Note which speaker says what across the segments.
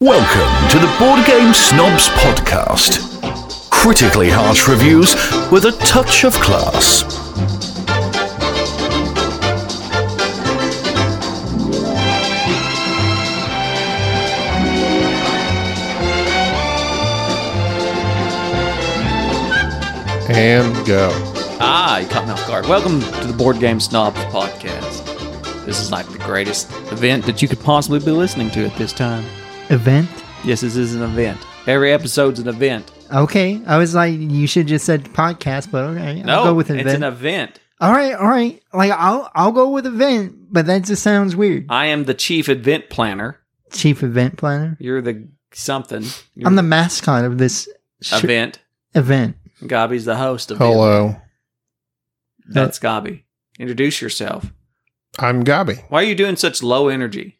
Speaker 1: Welcome to the Board Game Snobs Podcast. Critically harsh reviews with a touch of class.
Speaker 2: And go.
Speaker 3: Ah, you caught me off guard. Welcome to the Board Game Snobs podcast. This is like the greatest event that you could possibly be listening to at this time.
Speaker 4: event.
Speaker 3: Yes, this is an event. Every episode's an event.
Speaker 4: Okay, I was like, you should just said podcast, but okay,
Speaker 3: No,
Speaker 4: I'll go with
Speaker 3: it's
Speaker 4: event.
Speaker 3: an event.
Speaker 4: all right, all right. Like I'll I'll go with event, but that just sounds weird.
Speaker 3: I am the chief event planner.
Speaker 4: Chief event planner.
Speaker 3: You're the something. You're
Speaker 4: I'm the mascot of this sh-
Speaker 3: event.
Speaker 4: event.
Speaker 3: Gobby's the host of it.
Speaker 2: Hello.
Speaker 3: That's Gobby. Introduce yourself.
Speaker 2: I'm Gabi.
Speaker 3: Why are you doing such low energy?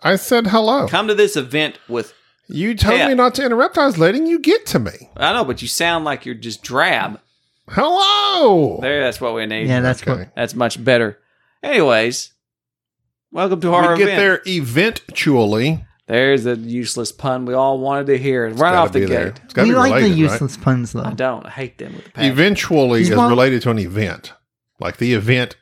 Speaker 2: I said hello.
Speaker 3: Come to this event with.
Speaker 2: You told
Speaker 3: Yeah.
Speaker 2: me not to interrupt. I was letting you get to me.
Speaker 3: I know, but you sound like you're just drab.
Speaker 2: Hello.
Speaker 3: There, that's what we need.
Speaker 4: Yeah, that's
Speaker 2: okay.
Speaker 4: what.
Speaker 3: That's much better. Anyways, welcome to our
Speaker 2: We get
Speaker 3: event.
Speaker 2: there eventually.
Speaker 3: There's a useless pun we all wanted to hear right
Speaker 2: Gotta
Speaker 3: off the
Speaker 2: be
Speaker 3: gate.
Speaker 2: there. It's gotta
Speaker 4: We
Speaker 2: be
Speaker 4: like
Speaker 2: related,
Speaker 4: the
Speaker 2: right?
Speaker 4: useless puns though.
Speaker 3: I don't I hate them with a passion.
Speaker 2: Eventually
Speaker 4: He's
Speaker 2: is
Speaker 4: wrong.
Speaker 2: related to an event. Like the event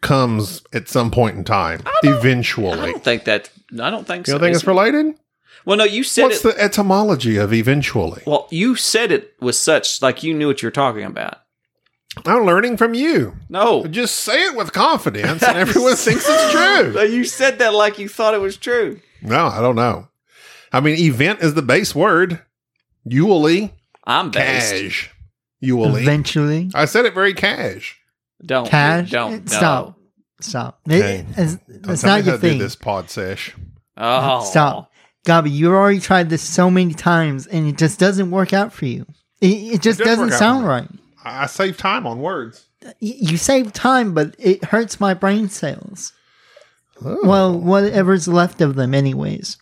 Speaker 2: comes at some point in time.
Speaker 3: I
Speaker 2: Eventually.
Speaker 3: don't think that. I don't think
Speaker 2: You
Speaker 3: so.
Speaker 2: don't think
Speaker 3: Is
Speaker 2: it's related?
Speaker 3: it- well, no, you said
Speaker 2: What's
Speaker 3: it.
Speaker 2: the etymology of eventually?
Speaker 3: well, you said it with such like you knew what you were talking about.
Speaker 2: I'm learning from you.
Speaker 3: No,
Speaker 2: Just say it with confidence and everyone thinks it's true.
Speaker 3: you said that like you thought it was true.
Speaker 2: No, I don't know. I mean, event is the base word. Yulee.
Speaker 3: I'm based.
Speaker 2: Cash. Yulee.
Speaker 4: Eventually,
Speaker 2: I said it very cash.
Speaker 3: Don't
Speaker 4: cash.
Speaker 3: Don't no.
Speaker 4: stop. Stop. It-
Speaker 2: Okay.
Speaker 4: it's
Speaker 2: Don't
Speaker 4: it's
Speaker 2: tell me
Speaker 4: not
Speaker 2: how
Speaker 4: your
Speaker 2: to do
Speaker 4: thing.
Speaker 2: this pod sesh.
Speaker 3: Oh,
Speaker 4: Stop. Gabby, you already tried this so many times, and it just doesn't work out for you. It, it just
Speaker 2: does
Speaker 4: doesn't
Speaker 2: work out for
Speaker 4: sound
Speaker 2: me.
Speaker 4: right.
Speaker 2: I, I save time on words.
Speaker 4: y- you save time, but it hurts my brain cells. Oh. Well, whatever's left of them, anyways.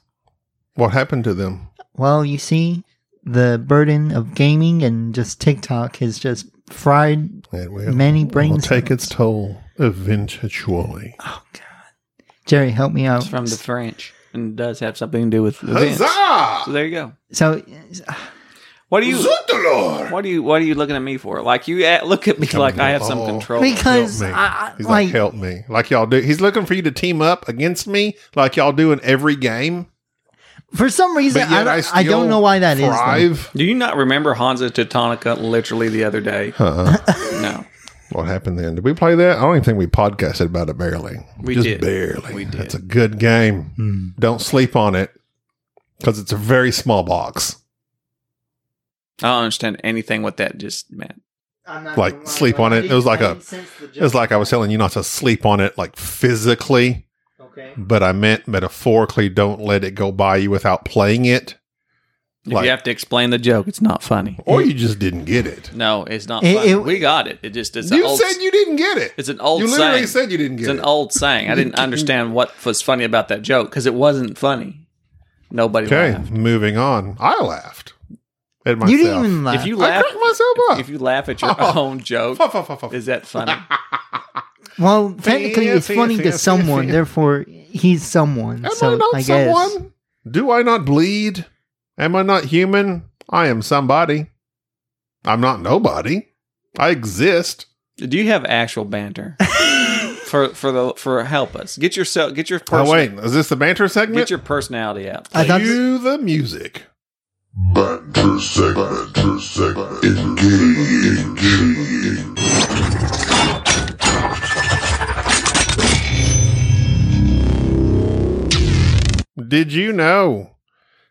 Speaker 2: What happened to them?
Speaker 4: Well, you see, the burden of gaming and just TikTok has just fried
Speaker 2: It will.
Speaker 4: many brain
Speaker 2: will
Speaker 4: cells.
Speaker 2: take its toll eventually.
Speaker 4: Jerry, help me out.
Speaker 3: It's from the French and it does have something to do with events. So
Speaker 2: Huzzah!
Speaker 3: there you go.
Speaker 4: so,
Speaker 3: What do you?
Speaker 2: Zootalor!
Speaker 3: What do you? What are you looking at me for? Like you at, look at me like I have some
Speaker 2: along.
Speaker 3: control.
Speaker 4: because
Speaker 2: Help me.
Speaker 4: I, I-
Speaker 2: He's like,
Speaker 4: like,
Speaker 2: help me. Like y'all do. He's looking for you to team up against me like y'all do in every game.
Speaker 4: for some reason,
Speaker 2: But
Speaker 4: I,
Speaker 2: yet I,
Speaker 4: don't-
Speaker 2: still
Speaker 4: I don't know why that is. though.
Speaker 2: thrive.
Speaker 3: Do you not remember Hansa Teutonica literally the other day?
Speaker 2: Huh.
Speaker 3: No,
Speaker 2: What happened then? Did we play that? I don't even think we podcasted about it barely.
Speaker 3: We
Speaker 2: Just
Speaker 3: did.
Speaker 2: barely.
Speaker 3: We did.
Speaker 2: That's a good game. Don't sleep on it because it's a very small box.
Speaker 3: I don't understand anything what that just meant.
Speaker 4: I'm not
Speaker 2: Like,
Speaker 4: gonna lie,
Speaker 2: sleep on
Speaker 4: I
Speaker 2: it. It
Speaker 4: didn't-
Speaker 2: was like
Speaker 4: I
Speaker 2: a-
Speaker 4: didn't sense the
Speaker 2: It's like I was telling you not to sleep on it, like physically,
Speaker 4: joke. Okay.
Speaker 2: but I meant metaphorically. Don't let it go by you without playing it,
Speaker 3: If
Speaker 2: Like-
Speaker 3: you have to explain the joke, it's not funny.
Speaker 2: or you just didn't get it.
Speaker 3: No, it's not
Speaker 4: It-
Speaker 3: funny.
Speaker 4: it-
Speaker 3: we got it. It just it's an
Speaker 2: You
Speaker 3: old.
Speaker 2: said you didn't get it.
Speaker 3: it's an old.
Speaker 2: you literally
Speaker 3: saying.
Speaker 2: said you didn't
Speaker 3: it's
Speaker 2: get
Speaker 3: an
Speaker 2: it.
Speaker 3: old saying. I didn't understand what was funny about that joke because it wasn't funny. Nobody
Speaker 2: okay,
Speaker 3: laughed.
Speaker 2: moving on. I laughed at myself.
Speaker 4: You didn't even laugh.
Speaker 3: If you
Speaker 2: I
Speaker 3: laugh,
Speaker 2: cracked myself up.
Speaker 3: if you laugh at your
Speaker 2: Oh.
Speaker 3: own joke,
Speaker 2: Fuff, fuff, fuff, fuff.
Speaker 3: is that funny?
Speaker 4: Well, technically, it's
Speaker 2: Fancy,
Speaker 4: funny to
Speaker 2: fancy,
Speaker 4: someone.
Speaker 2: fancy.
Speaker 4: Therefore, he's someone.
Speaker 2: Am
Speaker 4: so
Speaker 2: I
Speaker 4: I,
Speaker 2: not
Speaker 4: guess.
Speaker 2: someone? Do I not bleed? Am I not human? I am somebody. I'm not nobody. I exist.
Speaker 3: Do you have actual banter for for the for help us get yourself get your person,
Speaker 2: Oh wait, is this the banter segment?
Speaker 3: get your personality out.
Speaker 4: I thought
Speaker 2: Cue the music.
Speaker 5: Banter segment, banter segment, engage, engage.
Speaker 2: Did you know?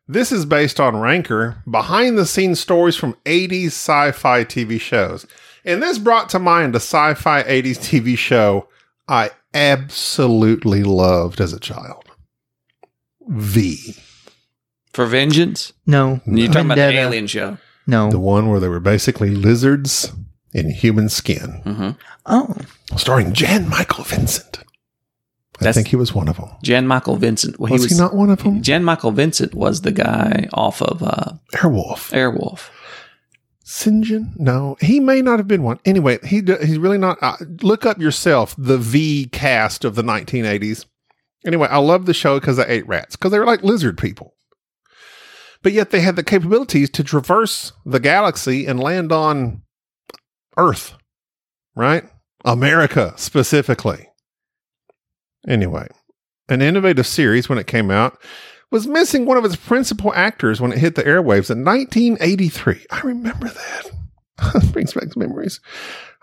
Speaker 2: This is based on Ranker, behind the scenes stories from 80s sci fi TV shows. And this brought to mind a sci fi 80s TV show I absolutely loved as a child V.
Speaker 3: For vengeance,
Speaker 4: no.
Speaker 3: you're talking about the
Speaker 4: Vendetta.
Speaker 3: alien show.
Speaker 4: No.
Speaker 2: The one where they were basically lizards in human skin,
Speaker 3: Mm-hmm.
Speaker 4: oh,
Speaker 2: starring Jan Michael Vincent. I
Speaker 3: That's-
Speaker 2: think he was one of them.
Speaker 3: Jan Michael Vincent. Well,
Speaker 2: Was he,
Speaker 3: he was
Speaker 2: not one of them?
Speaker 3: Jan Michael Vincent was the guy off of uh,
Speaker 2: Airwolf.
Speaker 3: Airwolf.
Speaker 2: St. John? No, he may not have been one. Anyway, he d- he's really not. Uh, look up yourself the V cast of the 1980s. Anyway, I love the show because I ate rats because they were like lizard people. but yet they had the capabilities to traverse the galaxy and land on Earth, right? America specifically. Anyway, an innovative series when it came out was missing one of its principal actors when it hit the airwaves in 1983. I remember that. brings back memories.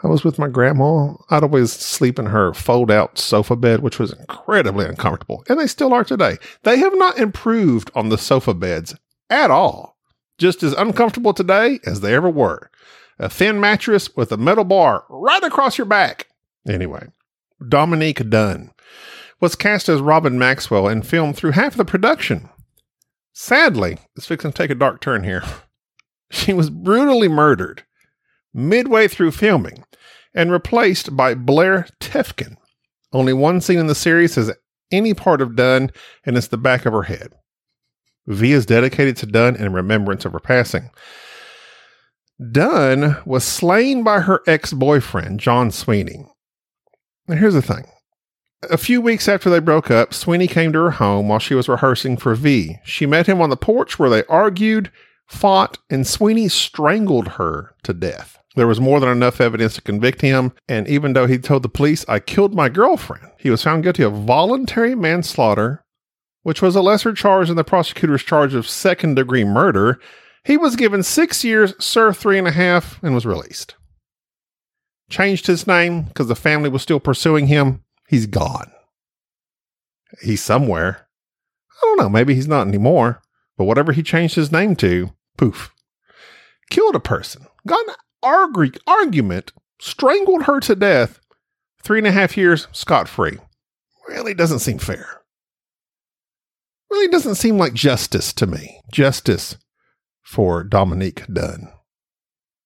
Speaker 2: I was with my grandma. I'd always sleep in her fold out sofa bed, which was incredibly uncomfortable. And they still are today. They have not improved on the sofa beds at all. Just as uncomfortable today as they ever were. A thin mattress with a metal bar right across your back. Anyway, Dominique Dunn was cast as Robin Maxwell and filmed through half of the production. Sadly, it's fixing to take a dark turn here. She was brutally murdered midway through filming and replaced by Blair Tefkin. Only one scene in the series has any part of Dunn, and it's the back of her head. V is dedicated to Dunn in remembrance of her passing. Dunn was slain by her ex boyfriend, John Sweeney. Now, here's the thing. A few weeks after they broke up, Sweeney came to her home while she was rehearsing for V. She met him on the porch where they argued, fought, and Sweeney strangled her to death. There was more than enough evidence to convict him, and even though he told the police, I killed my girlfriend, he was found guilty of voluntary manslaughter, which was a lesser charge than the prosecutor's charge of second degree murder. He was given six years, served three and a half, and was released. Changed his name because the family was still pursuing him. He's gone. He's somewhere. I don't know. Maybe he's not anymore but whatever he changed his name to, poof, killed a person, got in an arg- argument, strangled her to death, three and a half years scot free. Really doesn't seem fair. Really doesn't seem like justice to me. Justice for Dominique Dunn.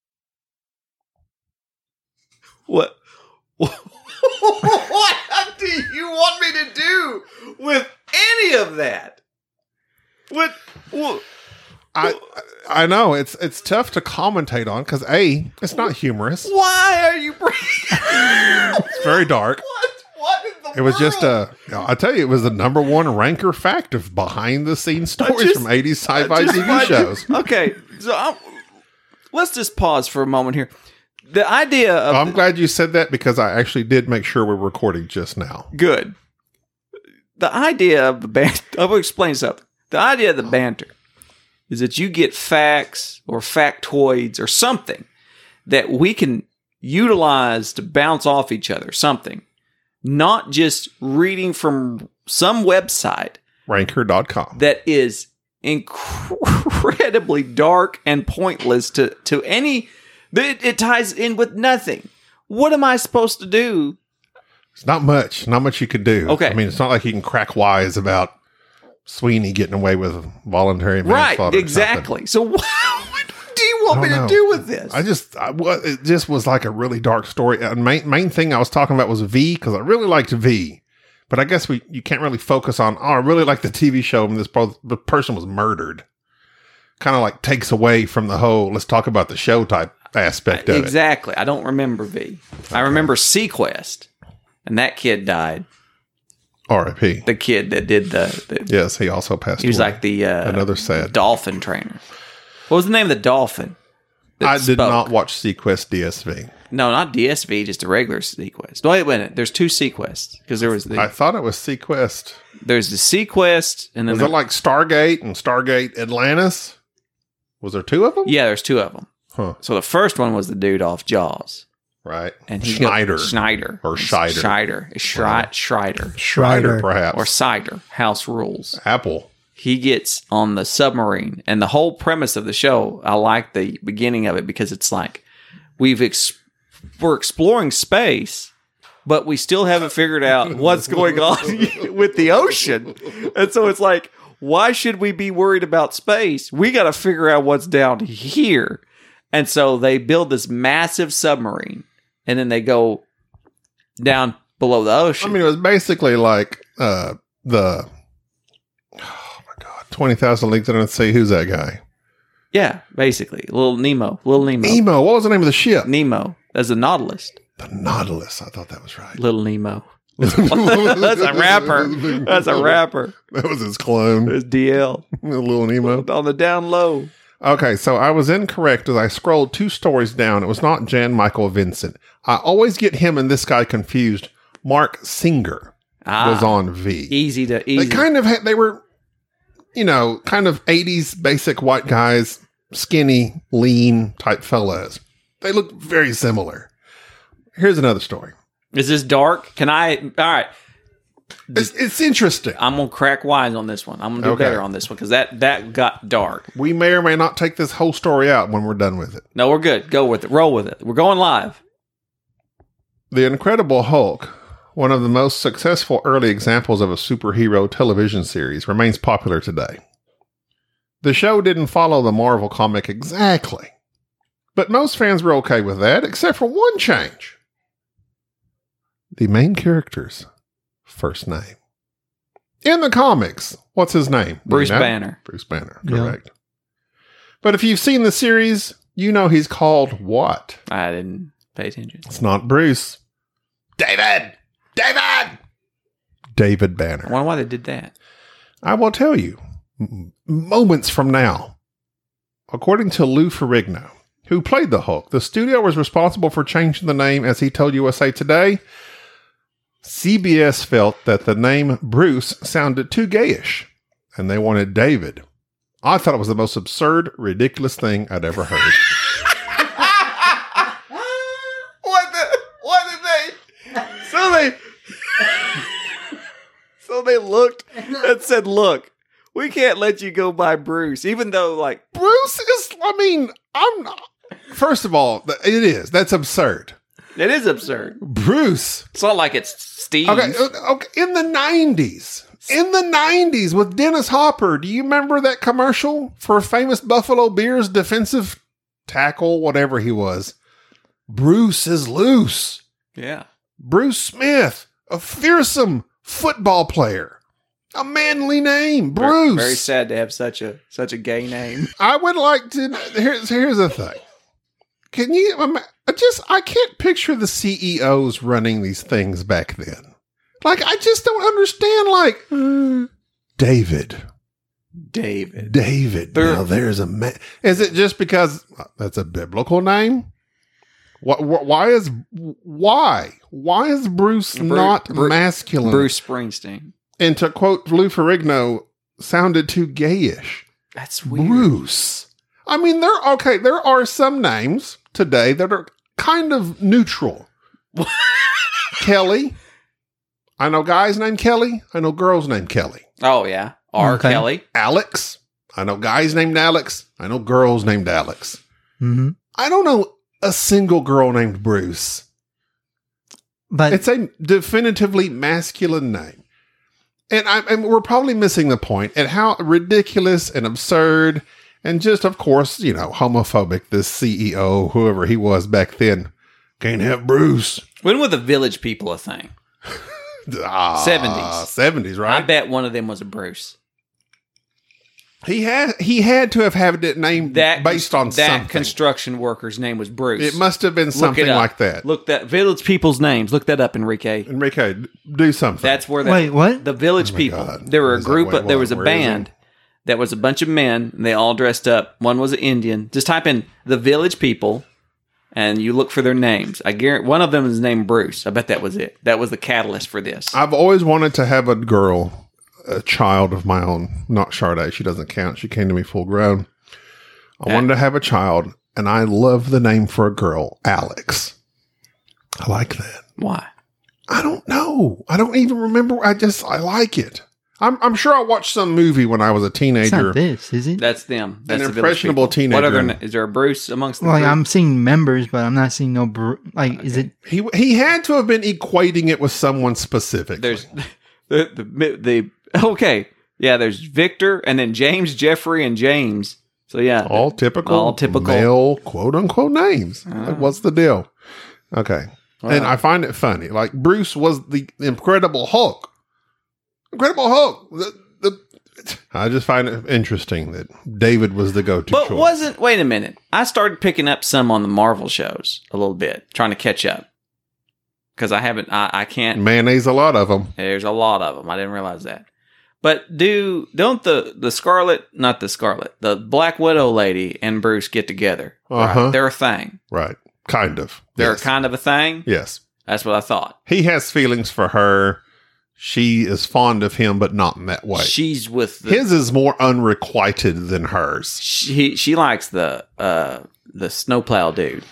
Speaker 6: What? what do you want me to do with any of that? What? what?
Speaker 2: I I know it's it's tough to commentate on because a it's not humorous.
Speaker 6: Why are you bringing?
Speaker 2: It's very dark.
Speaker 6: what? What in the
Speaker 2: It was just
Speaker 6: world?
Speaker 2: a. I tell you, it was the number one ranker fact of behind the scenes stories
Speaker 3: just-
Speaker 2: from 80s
Speaker 3: I
Speaker 2: sci-fi
Speaker 3: just
Speaker 2: TV
Speaker 3: find-
Speaker 2: shows.
Speaker 3: Okay, so I'm, let's just pause for a moment here. The idea of
Speaker 2: I'm glad you said that because I actually did make sure we're recording just now.
Speaker 3: good. The idea of the banter, I will explain something. The idea of the banter is that you get facts or factoids or something that we can utilize to bounce off each other, something, not just reading from some website
Speaker 2: Ranker.com.
Speaker 3: that is incredibly dark and pointless to, to any, it, it ties in with nothing. What am I supposed to do
Speaker 2: It's not much. Not much you could do.
Speaker 3: Okay.
Speaker 2: I mean, it's not like you can crack wise about Sweeney getting away with voluntary
Speaker 3: Right,
Speaker 2: manslaughter. or something.
Speaker 3: exactly. So what, what do you want me
Speaker 2: I
Speaker 3: to
Speaker 2: don't know.
Speaker 3: do with this?
Speaker 2: I just, I, wa- it just was like a really dark story. And main main thing I was talking about was V because I really liked V, but I guess we you can't really focus on. Oh, I really like the TV show and this pro- the person was murdered. Kind of like takes away from the whole let's talk about the show type aspect of it.
Speaker 3: exactly. I don't remember V. I remember Sequest, and that kid died.
Speaker 2: R.I.P.
Speaker 3: The kid that did the, the
Speaker 2: Yes, he also passed.
Speaker 3: he was
Speaker 2: away.
Speaker 3: like the uh,
Speaker 2: another sad.
Speaker 3: dolphin trainer. What was the name of the dolphin? that
Speaker 2: I did
Speaker 3: spoke?
Speaker 2: not watch Sequest DSV.
Speaker 3: No, not DSV, just a regular Sequest. Wait a minute. There's two Sequests because there was the
Speaker 2: I thought it was Sequest.
Speaker 3: there's the Sequest and then
Speaker 2: Was
Speaker 3: there,
Speaker 2: it like Stargate and Stargate Atlantis? Was there two of them?
Speaker 3: yeah, there's two of them.
Speaker 2: Huh.
Speaker 3: So the first one was the dude off Jaws,
Speaker 2: Right.
Speaker 3: and he killed-
Speaker 2: Schneider.
Speaker 3: Schneider,
Speaker 2: Or Scheider.
Speaker 3: Scheider, Schri- Schreider,
Speaker 2: Schneider,
Speaker 4: Schreider.
Speaker 2: perhaps.
Speaker 3: or Cider. House rules.
Speaker 2: Apple.
Speaker 3: He gets on the submarine, and the whole premise of the show. I like the beginning of it because it's like we've ex- we're exploring space, but we still haven't figured out what's going on with the ocean, and so it's like. Why should we be worried about space? We got to figure out what's down here. And so they build this massive submarine and then they go down below the
Speaker 2: I
Speaker 3: ocean.
Speaker 2: mean, it was basically like uh, the oh my god, twenty thousand leagues under the sea. Who's that guy?
Speaker 3: Yeah, basically. Little Nemo. Little Nemo. Nemo.
Speaker 2: Nemo. What was the name of the ship?
Speaker 3: As a Nautilus.
Speaker 2: the Nautilus. I thought that was right.
Speaker 3: Little Nemo.
Speaker 2: That's
Speaker 3: That's a rapper. That's a rapper.
Speaker 2: That was his clone,
Speaker 3: It's DL
Speaker 2: Little Nemo.
Speaker 3: on the down low.
Speaker 2: Okay, so I was incorrect as I scrolled two stories down. It was not Jan Michael Vincent. I always get him and this guy confused. Mark Singer was
Speaker 3: Ah,
Speaker 2: on V.
Speaker 3: easy to easy.
Speaker 2: They kind of had, they were, you know, kind of 80s basic white guys, skinny, lean type fellows. They look very similar. Here's another story.
Speaker 3: Is this dark? Can I? All right,
Speaker 2: It's, it's interesting.
Speaker 3: I'm gonna crack wise on this one. I'm gonna do
Speaker 2: Okay.
Speaker 3: better on this one because that that got dark.
Speaker 2: We may or may not take this whole story out when we're done with it.
Speaker 3: No, we're good. Go with it. Roll with it. We're going live.
Speaker 2: The Incredible Hulk, one of the most successful early examples of a superhero television series, remains popular today. The show didn't follow the Marvel comic exactly, but most fans were okay with that, except for one change the main character's first name. In the comics, what's his name? Do
Speaker 3: Bruce
Speaker 2: you know?
Speaker 3: Banner.
Speaker 2: Bruce Banner,
Speaker 4: Yeah.
Speaker 2: correct. But if you've seen the series, you know he's called what?
Speaker 3: I didn't pay attention.
Speaker 2: It's not Bruce. David! David! David
Speaker 3: I
Speaker 2: Banner.
Speaker 3: wonder why they did that.
Speaker 2: I will tell you m- moments from now. According to Lou Ferrigno, who played the Hulk, the studio was responsible for changing the name as he told USA Today. CBS felt that the name Bruce sounded too gayish and they wanted David. I thought it was the most absurd, ridiculous thing I'd ever heard.
Speaker 6: what the? What did they? So they.
Speaker 3: So they looked and said, "Look, we can't let you go by Bruce, even though like
Speaker 2: Bruce is. I mean, I'm not. First of all, th- it is. That's absurd.
Speaker 3: it is absurd.
Speaker 2: Bruce.
Speaker 3: It's not like it's Steve.
Speaker 2: Okay, uh, okay. In the nineties, in the nineties, with Dennis Hopper. Do you remember that commercial for famous Buffalo Beers defensive tackle, whatever he was? Bruce is loose.
Speaker 3: Yeah,
Speaker 2: Bruce Smith, a fearsome football player, a manly name.
Speaker 3: Ver-
Speaker 2: Bruce.
Speaker 3: Very sad to have such a such a gay name.
Speaker 2: I would like to. Here's here's the thing. Can you um, I just? I can't picture the CEOs running these things back then. Like I just don't understand. Like David,
Speaker 3: David.
Speaker 2: David.
Speaker 3: There-
Speaker 2: now there's a man. Is it just because uh, that's a biblical name? What, why is why why is Bruce
Speaker 3: Bru-
Speaker 2: not
Speaker 3: Bru-
Speaker 2: masculine?
Speaker 3: Bruce Springsteen.
Speaker 2: and to quote Lou Ferrigno, sounded too gayish.
Speaker 3: That's weird.
Speaker 2: Bruce. I mean, there okay. There are some names today that are kind of neutral. Kelly. I know guys named Kelly. I know girls named Kelly.
Speaker 3: Oh yeah, R.
Speaker 4: Okay.
Speaker 3: Kelly.
Speaker 2: Alex. I know guys named Alex. I know girls named Alex.
Speaker 4: hmm
Speaker 2: I don't know a single girl named Bruce.
Speaker 4: But
Speaker 2: It's a definitively masculine name. And, I, and we're probably missing the point at how ridiculous and absurd and just, of course, you know, homophobic this CEO, whoever he was back then, can't have Bruce.
Speaker 3: When were the Village People a thing?
Speaker 2: Ah,
Speaker 3: 70s.
Speaker 2: 70s,
Speaker 3: I
Speaker 2: right?
Speaker 3: bet one of them was a Bruce.
Speaker 2: He had he had to have had it named
Speaker 3: That
Speaker 2: based on
Speaker 3: that
Speaker 2: something.
Speaker 3: construction worker's name was Bruce.
Speaker 2: it must have been
Speaker 3: Look it
Speaker 2: something
Speaker 3: up.
Speaker 2: like that.
Speaker 3: Look that Village People's names. Look that up, Enrique.
Speaker 2: Enrique, do something.
Speaker 3: That's where that,
Speaker 4: wait, what?
Speaker 3: the Village
Speaker 2: Oh my
Speaker 3: People.
Speaker 2: God.
Speaker 3: There were a
Speaker 2: Is that-
Speaker 3: group.
Speaker 2: wait,
Speaker 3: of, there
Speaker 2: what?
Speaker 3: was a
Speaker 2: Where is it?
Speaker 3: band that was a bunch of men, and they all dressed up. One was an Indian. Just type in the Village People, and you look for their names. I guarantee one of them is named Bruce. I bet that was it. That was the catalyst for this.
Speaker 2: I've always wanted to have a girl, a child of my own, not Charday. She doesn't count. She came to me full grown. I wanted to have a child, and I love the name for a girl, Alex. I like that.
Speaker 3: Why?
Speaker 2: I don't know. I don't even remember. I just I like it. I'm I'm sure I watched some movie when I was a
Speaker 4: It's not
Speaker 2: teenager.
Speaker 4: this, is it?
Speaker 3: That's them. That's the Village
Speaker 2: impressionable
Speaker 3: People.
Speaker 2: teenager.
Speaker 3: What other? na- Is there a Bruce amongst them?
Speaker 4: Like I'm seeing members, but I'm not seeing no. Br- like, is it?
Speaker 2: He he had to have been equating it with someone specific.
Speaker 3: There's the, the the okay. Yeah, there's Victor and then James, Jeffrey, and James. So yeah,
Speaker 2: all typical,
Speaker 3: all typical. Ah.
Speaker 2: male quote unquote names. Like, what's the deal? Okay.
Speaker 3: Wow.
Speaker 2: And I find it funny. Like Bruce was the Incredible Hulk. Incredible Hulk. The, the I just find it interesting that David was the go-to
Speaker 3: but
Speaker 2: choice.
Speaker 3: wasn't wait a minute. I started picking up some on the Marvel shows a little bit, trying to catch up. because I haven't. I, I can't.
Speaker 2: Mayonnaise, a lot of them.
Speaker 3: There's a lot of them. I didn't realize that. But do don't the the Scarlet, not the Scarlet, the Black Widow lady and Bruce get together?
Speaker 2: Uh-huh.
Speaker 3: They're a thing.
Speaker 2: Right. Kind of.
Speaker 3: They're
Speaker 2: yes.
Speaker 3: kind of a thing.
Speaker 2: yes.
Speaker 3: That's what I thought.
Speaker 2: He has feelings for her. She is fond of him, but not in that way.
Speaker 3: She's with the,
Speaker 2: His is more unrequited than hers.
Speaker 3: She she likes the uh the snowplow dude.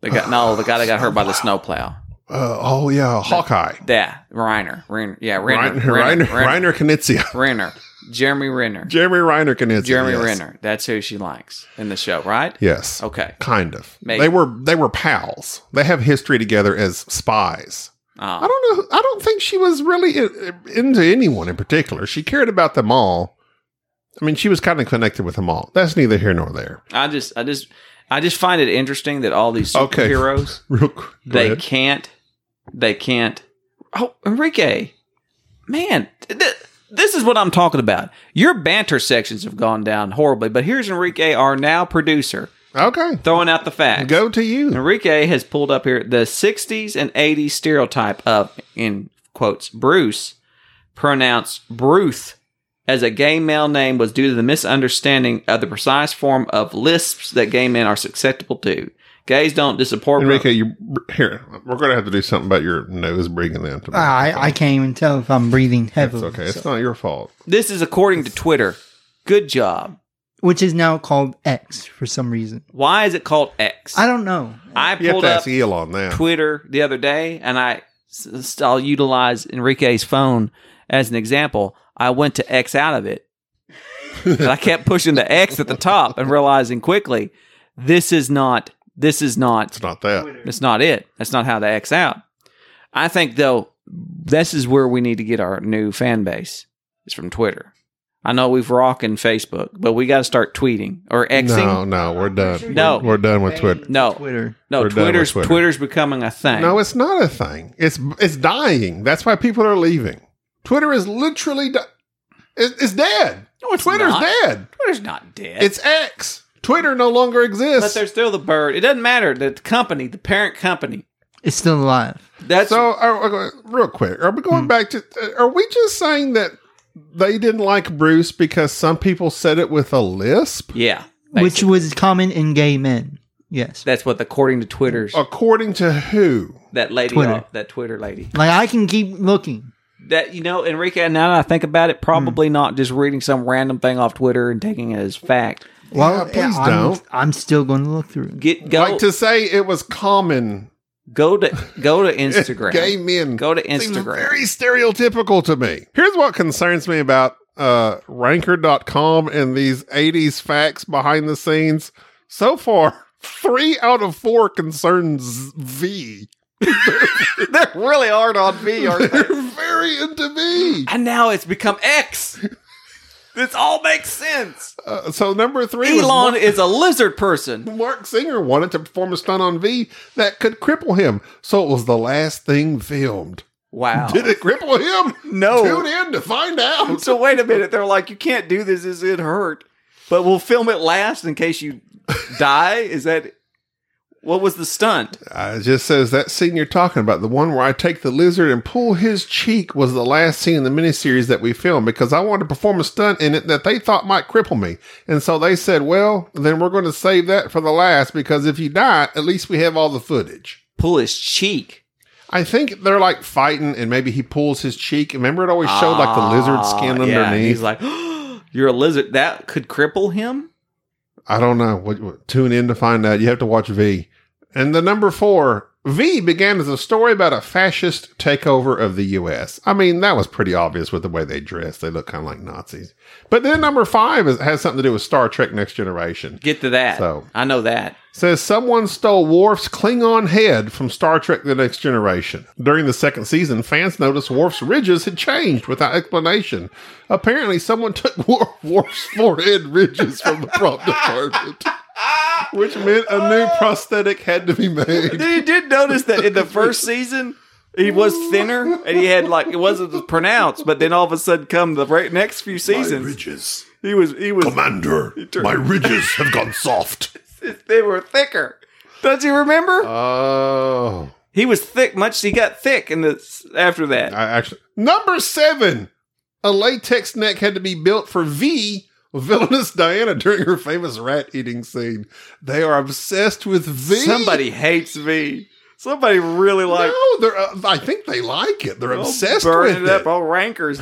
Speaker 3: The guy, no, the guy that got hurt by the snowplow.
Speaker 2: Uh, oh, yeah. Hawkeye.
Speaker 3: Yeah, Reiner. Reiner. Yeah, Renner.
Speaker 2: Reiner, Reiner, Reiner, Knizia.
Speaker 3: Renner. Jeremy Renner.
Speaker 2: Jeremy Reiner Knizia.
Speaker 3: Jeremy
Speaker 2: yes.
Speaker 3: Renner. That's who she likes in the show, right?
Speaker 2: Yes.
Speaker 3: Okay.
Speaker 2: Kind of.
Speaker 3: Maybe.
Speaker 2: They were they were pals. They have history together as spies. I
Speaker 3: Uh,
Speaker 2: don't know. I don't think she was really i- i- into anyone in particular. She cared about them all. I mean, she was kind of connected with them all. That's neither here nor there.
Speaker 3: I just I just I just find it interesting that all these
Speaker 2: Okay.
Speaker 3: superheroes
Speaker 2: Real quick.
Speaker 3: they can't they can't Oh, Enrique. Man, th- this is what I'm talking about. Your banter sections have gone down horribly, but here's Enrique, our now producer,
Speaker 2: Okay.
Speaker 3: throwing out the facts.
Speaker 2: Go to you.
Speaker 3: Enrique has pulled up here the 60s and 80s stereotype of, in quotes, Bruce, pronounced Bruce as a gay male name was due to the misunderstanding of the precise form of lisps that gay men are susceptible to. Gays don't disappoint.
Speaker 2: Enrique, you here. We're going to have to do something about your nose breathing in. tomorrow.
Speaker 4: Ah, I, I can't even tell if I'm breathing
Speaker 2: it's
Speaker 4: heavily.
Speaker 2: okay.
Speaker 4: so-
Speaker 2: It's not your fault.
Speaker 3: This is according to Twitter. Good job.
Speaker 4: Which is now called X for some reason.
Speaker 3: Why is it called X?
Speaker 4: I don't know.
Speaker 3: I
Speaker 2: You have
Speaker 3: pulled
Speaker 2: to
Speaker 3: up
Speaker 2: ask Elon now.
Speaker 3: Twitter the other day, and I s- I'll utilize Enrique's phone as an example. I went to X out of it, and I kept pushing the X at the top, and realizing quickly this is not this is not
Speaker 2: it's not that.
Speaker 3: it's not it. That's not how to X out. I think though this is where we need to get our new fan base. It's from Twitter. I know we've rocking Facebook, but we got to start tweeting or Xing.
Speaker 2: No, no, we're done.
Speaker 3: No.
Speaker 2: we're, we're done with Twitter.
Speaker 3: No.
Speaker 4: Twitter.
Speaker 3: No,
Speaker 2: We're done with
Speaker 3: Twitter's
Speaker 2: Twitter.
Speaker 3: Twitter's becoming a thing.
Speaker 2: No, it's not a thing. It's it's dying. That's why people are leaving. Twitter is literally di- it- it's dead.
Speaker 3: No, it's
Speaker 2: Twitter's
Speaker 3: not.
Speaker 2: dead.
Speaker 3: Twitter's not dead.
Speaker 2: It's X. Twitter no longer
Speaker 3: but
Speaker 2: exists.
Speaker 3: they're still the bird. It doesn't matter. The company, the parent company.
Speaker 4: It's still alive.
Speaker 3: That's
Speaker 2: So, are, are- real quick, are we
Speaker 3: Hmm.
Speaker 2: going back to? Are we just saying that they didn't like Bruce because some people said it with a lisp?
Speaker 3: yeah.
Speaker 4: Which
Speaker 3: basically.
Speaker 4: was common in gay men. Yes.
Speaker 3: that's what according to Twitter's
Speaker 2: Oh, According to who?
Speaker 3: that lady
Speaker 4: Twitter.
Speaker 3: off- that Twitter lady.
Speaker 4: Like I can keep looking.
Speaker 3: That you know, Enrique, now that I think about it, probably
Speaker 2: Hmm.
Speaker 3: not just reading some random thing off Twitter and taking it as fact.
Speaker 4: Well,
Speaker 2: Yeah, please
Speaker 4: I'm,
Speaker 2: don't.
Speaker 4: I'm still going to look through it.
Speaker 3: Get go
Speaker 2: Like to say it was common.
Speaker 3: go to go to Instagram.
Speaker 2: Gay men.
Speaker 3: Go to
Speaker 2: Seems
Speaker 3: Instagram.
Speaker 2: very stereotypical to me. Here's what concerns me about uh, ranker.com and these 80s facts behind the scenes. So far, three out of four concerns V.
Speaker 6: They're really hard on me, aren't they?
Speaker 2: They're very into V.
Speaker 3: and now it's become X.
Speaker 6: this all makes sense.
Speaker 2: Uh, so, number three was
Speaker 3: Elon
Speaker 2: Mark-
Speaker 3: is a lizard person.
Speaker 2: Mark Singer wanted to perform a stunt on V that could cripple him. So, it was the last thing filmed.
Speaker 3: Wow.
Speaker 2: Did it cripple him?
Speaker 6: No.
Speaker 2: Tune in to find out.
Speaker 6: So wait a minute. They're like, you can't do this. This it hurt.
Speaker 3: But we'll film it last in case you die. Is that what was the stunt?
Speaker 2: Uh, it just says that scene you're talking about, the one where I take the lizard and pull his cheek, was the last scene in the miniseries that we filmed because I wanted to perform a stunt in it that they thought might cripple me. And so they said, well, then we're going to save that for the last because if you die, at least we have all the footage.
Speaker 3: Pull his cheek.
Speaker 2: I think they're like fighting and maybe he pulls his cheek. Remember, it always showed like the lizard skin
Speaker 3: Ah, yeah, and
Speaker 2: underneath.
Speaker 3: He's like, "You're a lizard." That could cripple him.
Speaker 2: I don't know. What, what, tune in to find out. You have to watch V. And the number four, V began as a story about a fascist takeover of the U.S. I mean, that was pretty obvious with the way they dress. They look kind of like Nazis. But then number five is, has something to do with Star Trek Next Generation.
Speaker 3: Get to that.
Speaker 2: So-
Speaker 3: I know that.
Speaker 2: says someone stole Worf's Klingon head from Star Trek The Next Generation. During the second season, fans noticed Worf's ridges had changed without explanation. Apparently, someone took Wor- Worf's forehead ridges from the prop department, which meant a new prosthetic had to be made.
Speaker 3: Dude, you did notice that in the first season. He was thinner, and he had like it wasn't as pronounced. But then all of a sudden, come the right next few seasons,
Speaker 5: Ridges.
Speaker 3: he was he was
Speaker 5: Commander, my ridges have gone soft.
Speaker 3: they were thicker. Don't you remember?
Speaker 2: Oh,
Speaker 3: He was thick. Much he got thick in the after that.
Speaker 2: I actually number seven. A latex neck had to be built for V, villainous Diana during her famous rat eating scene. They are obsessed with V.
Speaker 3: Somebody hates me. Somebody really like.
Speaker 2: no, they're. Uh, I think they like it. They're
Speaker 3: I'll
Speaker 2: obsessed
Speaker 3: burn
Speaker 2: with
Speaker 3: it up. All rankers.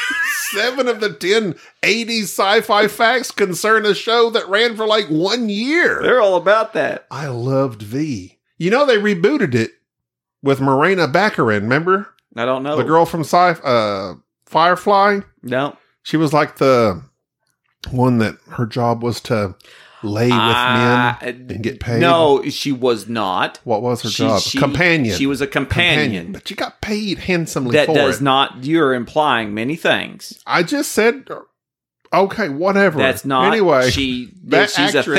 Speaker 2: Seven of the ten 80s sci-fi facts concern a show that ran for like one year.
Speaker 3: They're all about that.
Speaker 2: I loved V. You know they rebooted it with Morena Baccarin. Remember
Speaker 3: I don't know
Speaker 2: the girl from Sci uh, Firefly?
Speaker 3: No,
Speaker 2: She was like the one that her job was to lay with
Speaker 3: Ah,
Speaker 2: men and get paid.
Speaker 3: no, she was not.
Speaker 2: What was her
Speaker 3: She-
Speaker 2: job?
Speaker 3: she-
Speaker 2: companion.
Speaker 3: She was a companion.
Speaker 2: But she got paid handsomely
Speaker 3: That
Speaker 2: for
Speaker 3: does
Speaker 2: it.
Speaker 3: not. You're implying many things.
Speaker 2: I just said, okay, whatever.
Speaker 3: That's not.
Speaker 2: Anyway,
Speaker 3: she.
Speaker 2: that
Speaker 3: she's a
Speaker 2: actress-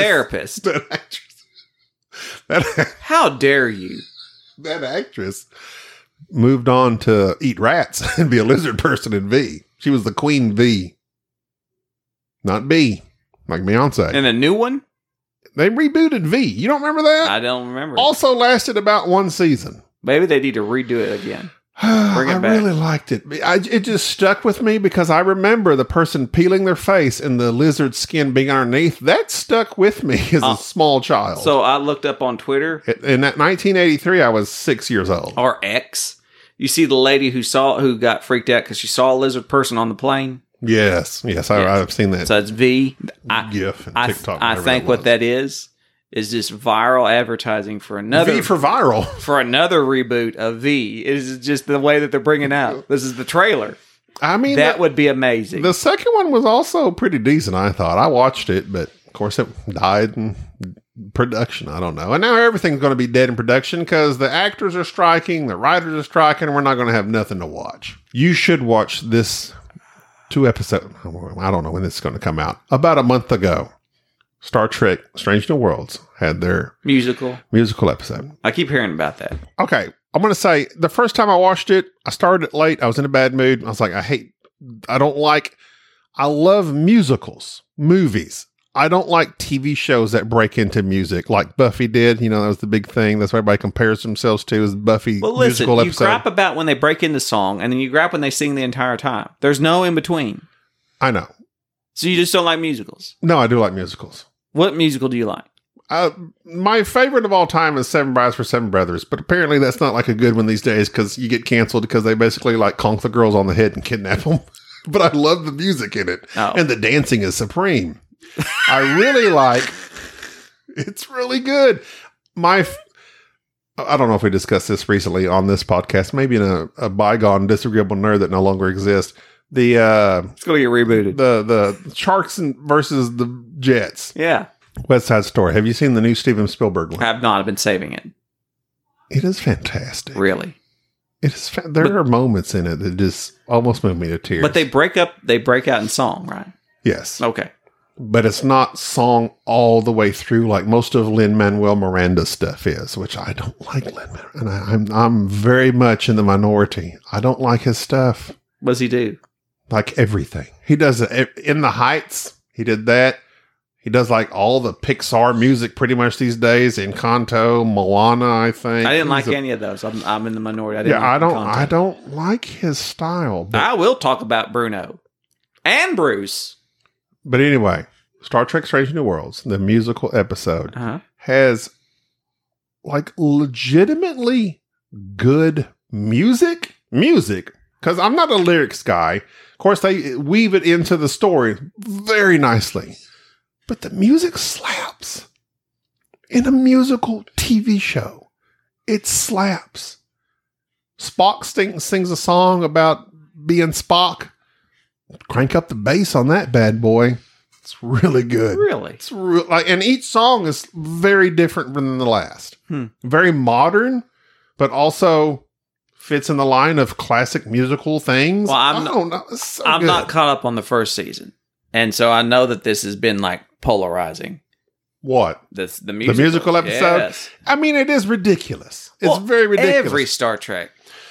Speaker 3: therapist.
Speaker 2: that actress. That,
Speaker 3: How dare you?
Speaker 2: that actress moved on to eat rats and be a lizard person in V. She was the queen V, not B, like Beyonce.
Speaker 3: And a new one?
Speaker 2: they rebooted V. You don't remember that?
Speaker 3: I don't remember.
Speaker 2: also lasted about one season.
Speaker 3: Maybe they need to redo it again. it
Speaker 2: I
Speaker 3: back.
Speaker 2: really liked it. I, it just stuck with me because I remember the person peeling their face and the lizard skin being underneath. That stuck with me as
Speaker 3: Uh,
Speaker 2: a small child.
Speaker 3: So I looked up on Twitter
Speaker 2: in that 1983, I was six years old.
Speaker 3: or X. You see the lady who saw who got freaked out because she saw a lizard person on the plane.
Speaker 2: Yes, yes, I,
Speaker 3: Yes.
Speaker 2: I've seen that
Speaker 3: So it's V. I
Speaker 2: GIF and
Speaker 3: I,
Speaker 2: TikTok.
Speaker 3: I
Speaker 2: whatever
Speaker 3: think
Speaker 2: was.
Speaker 3: what that is is just viral advertising for another
Speaker 2: V for viral.
Speaker 3: for another reboot of V. It is just the way that they're bringing out. This is the trailer.
Speaker 2: I mean,
Speaker 3: That
Speaker 2: the-
Speaker 3: would be amazing.
Speaker 2: the second one was also pretty decent. I thought I watched it, but of course it died in production. I don't know, and now everything's going to be dead in production because the actors are striking, the writers are striking. and We're not going to have nothing to watch. You should watch this two episode. I don't know when this is going to come out. About a month ago, Star Trek: Strange New Worlds had their
Speaker 3: musical.
Speaker 2: musical episode.
Speaker 3: I keep hearing about that.
Speaker 2: okay i'm gonna say the first time i watched it i started it late i was in a bad mood i was like i hate i don't like i love musicals movies i don't like tv shows that break into music like buffy did you know that was the big thing that's what everybody compares themselves to is buffy
Speaker 3: Well, listen,
Speaker 2: musical
Speaker 3: you
Speaker 2: episode
Speaker 3: gripe about when they break into song, and then you gripe when they sing the entire time. There's no in between.
Speaker 2: i know
Speaker 3: So you just don't like musicals.
Speaker 2: no i do like musicals
Speaker 3: What musical do you like?
Speaker 2: uh, my favorite of all time is Seven Brides for Seven Brothers, but apparently that's not like a good one these days because you get canceled because they basically like conk the girls on the head and kidnap them. but I love the music in it,
Speaker 3: Oh.
Speaker 2: and the dancing is supreme. I really like. It's really good. My, f- I don't know if we discussed this recently on this podcast, maybe in a, a bygone disagreeable nerd that no longer exists. The uh,
Speaker 3: It's gonna get rebooted.
Speaker 2: the the sharks and versus the jets.
Speaker 3: yeah,
Speaker 2: West Side Story. Have you seen the new Steven Spielberg one?
Speaker 3: I've not. I've been saving it.
Speaker 2: It is fantastic.
Speaker 3: Really,
Speaker 2: It is. Fa- there
Speaker 3: But-
Speaker 2: are moments in it that just almost move me to tears.
Speaker 3: but they break up. They break out in song, right?
Speaker 2: yes,
Speaker 3: Okay.
Speaker 2: but it's not song all the way through like most of Lin Manuel Miranda's stuff is, which I don't like Lin. And I, I'm I'm very much in the minority. I don't like his stuff.
Speaker 3: What does he do?
Speaker 2: Like everything he does it in the Heights, he did that. He does like all the Pixar music pretty much these days. Encanto, Moana, I think.
Speaker 3: I didn't like
Speaker 2: He's a-
Speaker 3: any of those. I'm, I'm in the minority. I didn't
Speaker 2: Yeah, I
Speaker 3: like the
Speaker 2: don't.
Speaker 3: content.
Speaker 2: I don't like his style. But,
Speaker 3: I will talk about Bruno and Bruce.
Speaker 2: but anyway, Star Trek: Strange New Worlds, the musical episode,
Speaker 3: Uh-huh.
Speaker 2: has like legitimately good music. Music, because I'm not a lyrics guy. Of course, they weave it into the story very nicely, but the music slaps in a musical TV show. It slaps. Spock sing, sings a song about being Spock. Crank up the bass on that bad boy. It's really good.
Speaker 3: Really?
Speaker 2: It's real, like, and each song is very different from the last.
Speaker 3: Hmm.
Speaker 2: Very modern, but also fits in the line of classic musical things.
Speaker 3: Well, I'm
Speaker 2: I
Speaker 3: not-
Speaker 2: don't know. It's so
Speaker 3: I'm
Speaker 2: good.
Speaker 3: not caught up on the first season, and so I know that this has been like polarizing.
Speaker 2: what
Speaker 3: This the
Speaker 2: the
Speaker 3: musical,
Speaker 2: musical episode.
Speaker 3: Yes.
Speaker 2: I mean, it is ridiculous. It's
Speaker 3: Well,
Speaker 2: very ridiculous.
Speaker 3: Every Star Trek.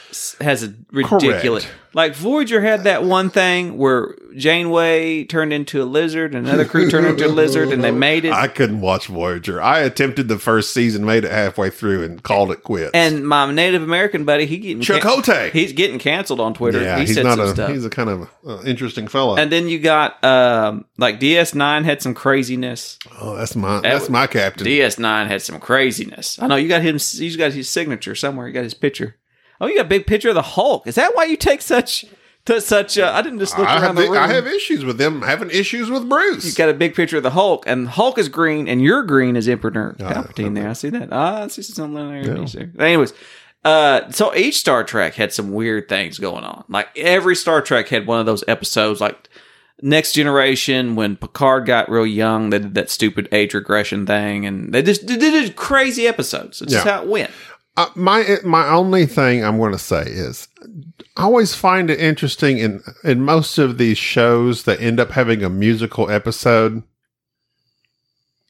Speaker 3: s- has a ridiculous. Like Voyager had that one thing where Janeway turned into a lizard, another crew turned into a lizard, and they made it.
Speaker 2: I couldn't watch Voyager. I attempted the first season, made it halfway through, and called it quits.
Speaker 3: and my Native American buddy, he getting
Speaker 2: Chuck Hote.
Speaker 3: he's getting canceled on Twitter.
Speaker 2: yeah,
Speaker 3: he
Speaker 2: he's
Speaker 3: said
Speaker 2: not
Speaker 3: some
Speaker 2: a
Speaker 3: stuff.
Speaker 2: he's a kind of uh, interesting fella.
Speaker 3: and then you got um, like DS9 had some craziness.
Speaker 2: oh, that's my that's my captain.
Speaker 3: DS9 had some craziness. I know you got him. You got his signature somewhere. You got his picture. Oh, you got a big picture of the Hulk. Is that why you take such to such? Uh, I didn't just look
Speaker 2: I
Speaker 3: around
Speaker 2: have,
Speaker 3: the
Speaker 2: the-
Speaker 3: room.
Speaker 2: I have issues with them having issues with Bruce.
Speaker 3: you got a big picture of the Hulk, and Hulk is green, and your green is Emperor
Speaker 2: Uh,
Speaker 3: Palpatine. there, I see that. Ah, I see some linearities there. Anyways, uh, so each Star Trek had some weird things going on. Like every Star Trek had one of those episodes, like Next Generation, when Picard got real young, they did that stupid age regression thing, and they just they did crazy episodes. It's just
Speaker 2: Yeah.
Speaker 3: how it went.
Speaker 2: Uh, my my only thing I'm going to say is I always find it interesting in in most of these shows that end up having a musical episode.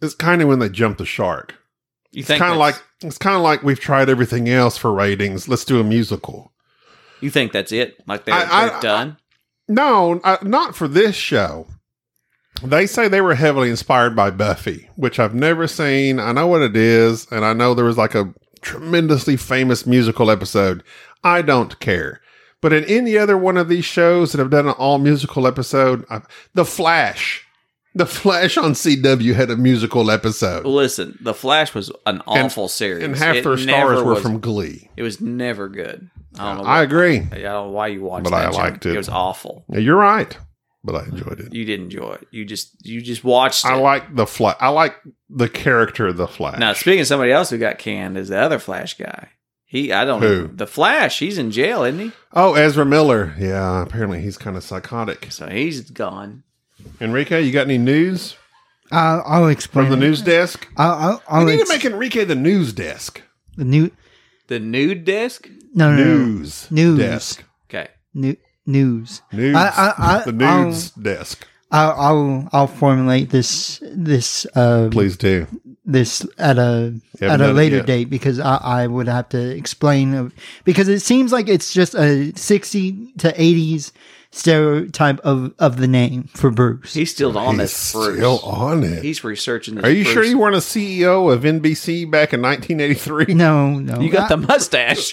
Speaker 2: It's kind of when they jump the shark.
Speaker 3: You
Speaker 2: It's
Speaker 3: think
Speaker 2: kind of
Speaker 3: that's-
Speaker 2: like it's kind of like we've tried everything else for ratings. Let's do a musical.
Speaker 3: you think that's it? Like they're,
Speaker 2: I- I-
Speaker 3: they're done?
Speaker 2: No, uh, not for this show. They say they were heavily inspired by Buffy, which I've never seen. I know what it is, and I know there was like a tremendously famous musical episode. I don't care. But in any other one of these shows that have done an all musical episode, I, The Flash, The Flash on CW had a musical episode,
Speaker 3: Listen, The Flash was
Speaker 2: And-
Speaker 3: an awful series,
Speaker 2: and half
Speaker 3: It
Speaker 2: their
Speaker 3: never
Speaker 2: stars were
Speaker 3: was-
Speaker 2: from Glee.
Speaker 3: It was never good. I don't know.
Speaker 2: I
Speaker 3: what-
Speaker 2: agree.
Speaker 3: I don't know why you watched
Speaker 2: But
Speaker 3: that.
Speaker 2: I
Speaker 3: show.
Speaker 2: liked it.
Speaker 3: It was awful.
Speaker 2: You're right, but I enjoyed it.
Speaker 3: You didn't enjoy it. You just you just watched it.
Speaker 2: I like the Flash. I like the character of the Flash.
Speaker 3: now speaking of somebody else who got canned is the other Flash guy. He I don't
Speaker 2: Who?
Speaker 3: know. The Flash, he's in jail, isn't he?
Speaker 2: Oh, Ezra Miller. Yeah, apparently he's kind of psychotic.
Speaker 3: So he's gone.
Speaker 2: Enrique, you got any news
Speaker 4: I'll, I'll explain.
Speaker 2: from the
Speaker 4: it.
Speaker 2: news desk?
Speaker 4: I'll, I'll,
Speaker 2: We
Speaker 4: I'll
Speaker 2: need
Speaker 4: ex-
Speaker 2: to make Enrique the news desk.
Speaker 4: the new.
Speaker 3: The nude desk?
Speaker 4: No, no, no.
Speaker 2: News.
Speaker 4: News.
Speaker 2: Desk.
Speaker 3: Okay.
Speaker 4: New, news.
Speaker 2: News.
Speaker 4: I- I- I- um,
Speaker 2: the news desk.
Speaker 4: I'll, I'll, I'll formulate this, this, uh,
Speaker 2: Please do.
Speaker 4: this at a
Speaker 2: You haven't
Speaker 4: at
Speaker 2: done
Speaker 4: a
Speaker 2: it
Speaker 4: later
Speaker 2: yet.
Speaker 4: date because I, I would have to explain of, because it seems like it's just a sixty to eighties stereotype of of the name for Bruce.
Speaker 3: He's still on
Speaker 2: He's
Speaker 3: this Bruce.
Speaker 2: still on it.
Speaker 3: He's researching this.
Speaker 2: Are you
Speaker 3: Bruce.
Speaker 2: sure you weren't a CEO of NBC back in 1983?
Speaker 4: no, no,
Speaker 3: you got the mustache?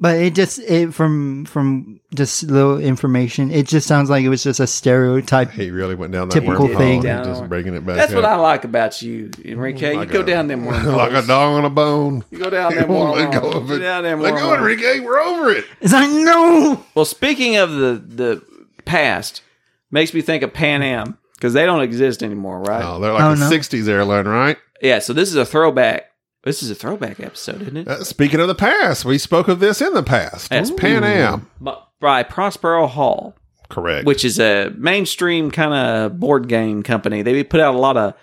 Speaker 4: but it just it from from just little information. It just sounds like it was just a stereotype.
Speaker 2: He really went down that
Speaker 4: Typical
Speaker 2: wormhole.
Speaker 4: thing.
Speaker 2: He's just bringing it back.
Speaker 3: That's what I
Speaker 2: up.
Speaker 3: like about you, Enrique. you go down them wormholes.
Speaker 2: Oh like a dog on a bone.
Speaker 3: You go down
Speaker 2: He
Speaker 3: them
Speaker 2: won't let go
Speaker 3: wormholes.
Speaker 2: of
Speaker 3: Go
Speaker 2: it.
Speaker 3: down them
Speaker 2: Let go,
Speaker 3: wormholes.
Speaker 2: Enrique. We're over it.
Speaker 4: It's like no,
Speaker 3: Well, speaking of the the past, makes me think of Pan Am because they don't exist anymore, right?
Speaker 2: Oh, they're like
Speaker 4: Oh,
Speaker 2: a
Speaker 4: no.
Speaker 2: 60s airline, right?
Speaker 3: Yeah. So this is a throwback. This is a throwback episode, isn't it?
Speaker 2: Uh, speaking of the past, we spoke of this in the past. It's
Speaker 3: Ooh.
Speaker 2: Pan Am.
Speaker 3: Bu- By Prospero Hall,
Speaker 2: Correct.
Speaker 3: which is a mainstream kind of board game company. They put out a lot of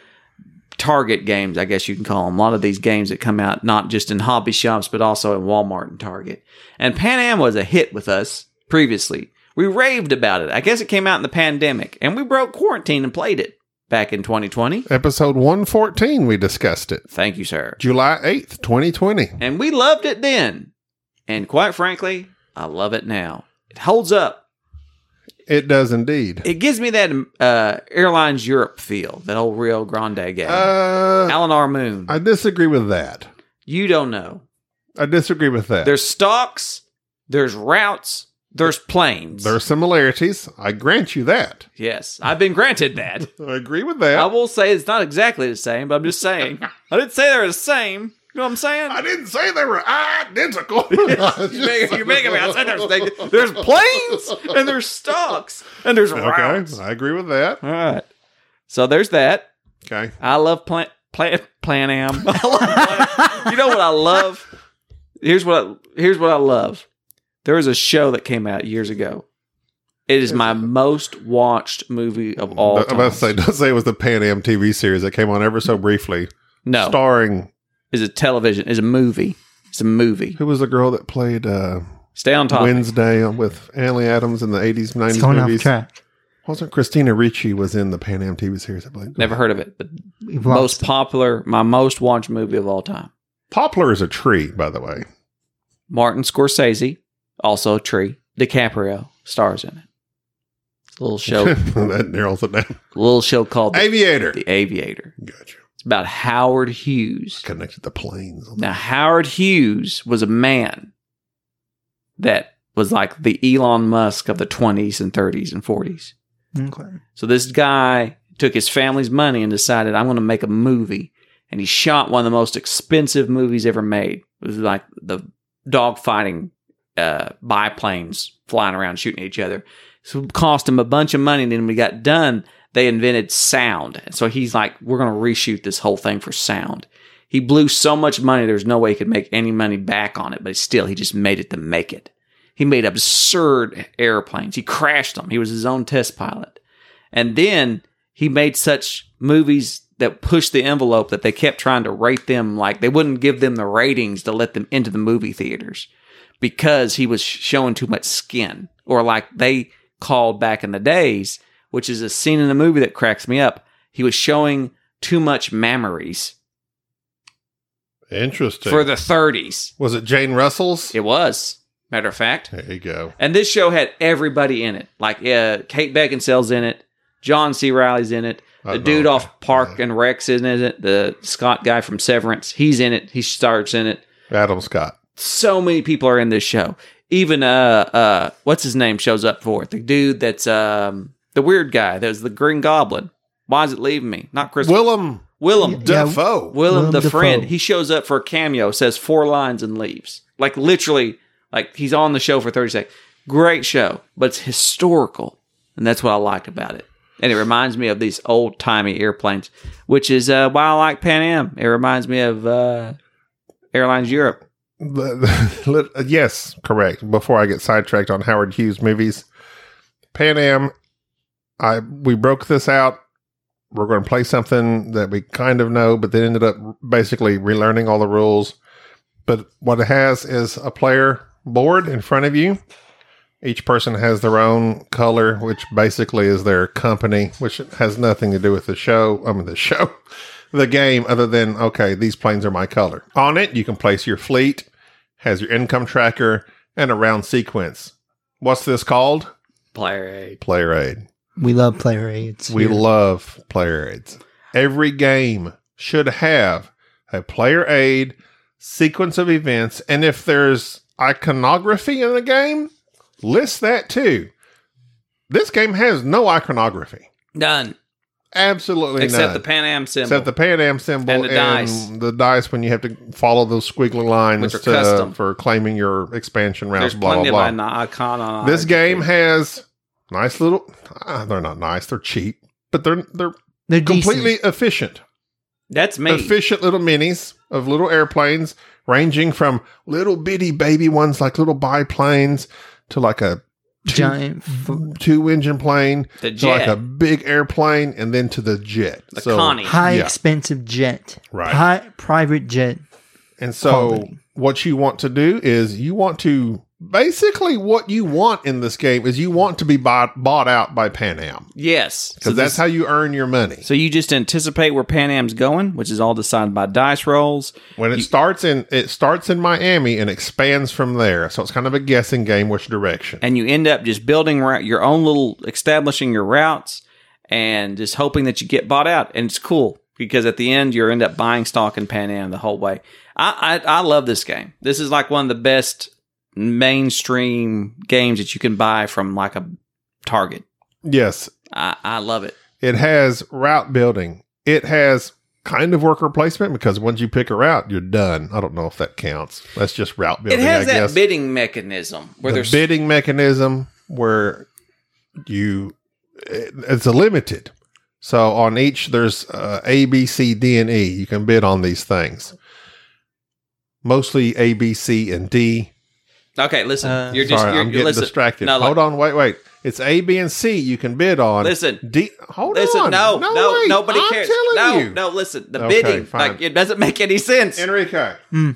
Speaker 3: target games, I guess you can call them. A lot of these games that come out not just in hobby shops, but also in Walmart and Target. And Pan Am was a hit with us previously. We raved about it. I guess it came out in the pandemic, and we broke quarantine and played it back in 2020.
Speaker 2: Episode 114, we discussed it.
Speaker 3: Thank you, sir.
Speaker 2: July 8th, 2020.
Speaker 3: And we loved it then. And quite frankly, I love it now. It holds up.
Speaker 2: It does indeed.
Speaker 3: It gives me that uh, Airlines Europe feel, that old Rio Grande game.
Speaker 2: Uh,
Speaker 3: Alan R. Moon.
Speaker 2: I disagree with that.
Speaker 3: you don't know.
Speaker 2: I disagree with that.
Speaker 3: There's stocks, there's routes, there's planes.
Speaker 2: there are similarities. I grant you that.
Speaker 3: yes, I've been granted that.
Speaker 2: I agree with
Speaker 3: I
Speaker 2: that.
Speaker 3: will say it's not exactly the same, but I'm just saying. I didn't say they're the same. You know what I'm saying?
Speaker 2: I didn't say they were identical.
Speaker 3: You're making, you're making me. I said there's, they- there's planes and there's stocks and there's routes.
Speaker 2: Okay, I agree with that.
Speaker 3: All right. So there's that.
Speaker 2: Okay.
Speaker 3: I love plant plant plan am. I love Plan- you know what I love? Here's what I, here's what I love. There was a show that came out years ago. It is my most watched movie of all
Speaker 2: I'm
Speaker 3: time.
Speaker 2: about to say, don't say it was the Pan Am TV series that came on ever so briefly,
Speaker 3: no,
Speaker 2: starring
Speaker 3: it's a television. It's a movie. It's a movie.
Speaker 2: who was the girl that played uh,
Speaker 3: Stay on top.
Speaker 2: Wednesday with Anley Adams in the 80s, 90s
Speaker 4: it's going off
Speaker 2: movies.
Speaker 4: track.
Speaker 2: Wasn't Christina Ricci was in the Pan Am TV series, I believe.
Speaker 3: Never heard of it, but
Speaker 4: We've
Speaker 3: most
Speaker 4: lost.
Speaker 3: popular, my most watched movie of all time.
Speaker 2: Poplar is a tree, by the way.
Speaker 3: Martin Scorsese, also a tree. DiCaprio stars in it. It's a little show, a
Speaker 2: that narrows it down.
Speaker 3: little show called the,
Speaker 2: Aviator.
Speaker 3: the Aviator.
Speaker 2: Gotcha.
Speaker 3: It's about Howard Hughes.
Speaker 2: Connected the planes.
Speaker 3: Now, Howard Hughes was a man that was like the Elon Musk of the 20s and 30s and 40s.
Speaker 4: Okay.
Speaker 3: So this guy took his family's money and decided, I'm going to make a movie. And he shot one of the most expensive movies ever made. It was like the dogfighting uh, biplanes flying around shooting each other. So it cost him a bunch of money. And then when we got done, they invented sound. So he's like, we're going to reshoot this whole thing for sound. He blew so much money, there's no way he could make any money back on it. But still, he just made it to make it. He made absurd airplanes. He crashed them. He was his own test pilot. And then he made such movies that pushed the envelope that they kept trying to rate them like they wouldn't give them the ratings to let them into the movie theaters because he was sh- showing too much skin or like they called back in the days which is a scene in the movie that cracks me up he was showing too much mammaries
Speaker 2: Interesting.
Speaker 3: for the 30s
Speaker 2: was it Jane Russell's?
Speaker 3: it was matter of fact
Speaker 2: There you go.
Speaker 3: And this show had everybody in it. Like uh, Kate Beckinsale's in it, John C. Riley's in it, the
Speaker 2: Oh,
Speaker 3: dude
Speaker 2: okay.
Speaker 3: off Park and Rex is in it, the Scott guy from Severance, he's in it. He starts in it.
Speaker 2: Adam Scott.
Speaker 3: So many people are in this show. Even uh uh what's his name shows up for it. The dude that's um the weird guy that was the Green Goblin. Why is it leaving me? Not Chris
Speaker 2: Willem
Speaker 3: Willem
Speaker 4: Yeah.
Speaker 2: Dafoe.
Speaker 3: Willem
Speaker 4: Willem
Speaker 3: the
Speaker 4: Dafoe.
Speaker 3: friend, he shows up for a cameo, says four lines and leaves. Like literally, like he's on the show for 30 seconds. Great show, but it's historical. And that's what I liked about it. And it reminds me of these old timey airplanes, which is uh, why I like Pan Am. It reminds me of uh, Airlines Europe.
Speaker 2: Let- yes, correct. Before I get sidetracked on Howard Hughes movies, Pan Am, I we broke this out. We're going to play something that we kind of know, but then ended up basically relearning all the rules. But what it has is a player board in front of you. Each person has their own color, which basically is their company, which has nothing to do with the show. I mean, the show, the game, other than, okay, these planes are my color. On it, you can place your fleet has your income tracker and a round sequence. What's this called?
Speaker 3: Player aid.
Speaker 2: Player aid.
Speaker 4: We love player aids.
Speaker 2: We
Speaker 4: here.
Speaker 2: love player aids. Every game should have a player aid sequence of events, and if there's iconography in the game, list that too. This game has no iconography.
Speaker 3: Done.
Speaker 2: Absolutely
Speaker 3: Except
Speaker 2: none.
Speaker 3: the Pan Am symbol.
Speaker 2: Except the Pan Am symbol
Speaker 3: And the dice.
Speaker 2: the dice when you have to follow those squiggly lines
Speaker 3: Which are
Speaker 2: to-
Speaker 3: custom.
Speaker 2: for claiming your expansion rounds.
Speaker 3: There's
Speaker 2: blah
Speaker 3: plenty
Speaker 2: blah blah.
Speaker 3: of icon on
Speaker 2: This game has nice little. Uh, they're not nice. They're cheap, but they're they're
Speaker 4: They're
Speaker 2: completely
Speaker 4: completely.
Speaker 2: efficient.
Speaker 3: That's me.
Speaker 2: Efficient little minis of little airplanes, ranging from little bitty baby ones like little biplanes to like a
Speaker 4: Giant. f-
Speaker 2: two engine plane
Speaker 3: the
Speaker 2: to like
Speaker 3: jet.
Speaker 2: a big airplane, and then to the jet.
Speaker 3: the Connie.
Speaker 4: High
Speaker 2: Yeah.
Speaker 4: expensive jet.
Speaker 2: Right.
Speaker 4: High private jet.
Speaker 2: And so
Speaker 4: Quality.
Speaker 2: what you want to do is you want to basically what you want in this game is you want to be bought bought out by Pan Am
Speaker 3: yes.
Speaker 2: because
Speaker 3: So
Speaker 2: that's
Speaker 3: this-
Speaker 2: how you earn your money.
Speaker 3: So you just anticipate where Pan Am's going, which is all decided by dice rolls.
Speaker 2: When it starts in it starts in Miami and expands from there. So it's kind of a guessing game which direction.
Speaker 3: and you end up just building ra- your own little establishing your routes and just hoping that you get bought out and it's cool because at the end you end up buying stock in pan am the whole way I, I i love this game this is like one of the best mainstream games that you can buy from like a target
Speaker 2: yes,
Speaker 3: i i love it
Speaker 2: it has route building. It has kind of worker placement because once you pick a route, you're done. I don't know if that counts. That's just route
Speaker 3: it
Speaker 2: building.
Speaker 3: has
Speaker 2: I
Speaker 3: that
Speaker 2: guess.
Speaker 3: bidding mechanism where
Speaker 2: the
Speaker 3: there's
Speaker 2: bidding mechanism where you it- it's a limited. So on each there's uh, A, B, C, D, and E. You can bid on these things. Mostly A, B, C, and D.
Speaker 3: okay listen
Speaker 4: Uh,
Speaker 3: you're just
Speaker 2: Sorry,
Speaker 3: you're,
Speaker 2: I'm
Speaker 3: you're
Speaker 2: getting
Speaker 3: listen
Speaker 2: distracted.
Speaker 3: No,
Speaker 2: Hold
Speaker 3: like-
Speaker 2: on, wait, wait. It's A, B, and C you can bid on.
Speaker 3: listen
Speaker 2: D, hold
Speaker 3: Listen,
Speaker 2: on.
Speaker 3: no, no,
Speaker 2: wait.
Speaker 3: nobody
Speaker 2: I'm
Speaker 3: cares.
Speaker 2: telling
Speaker 3: no,
Speaker 2: you.
Speaker 3: no, listen, the
Speaker 2: Okay,
Speaker 3: bidding,
Speaker 2: fine.
Speaker 3: like, it doesn't make any sense.
Speaker 2: Enrique.
Speaker 4: Hmm.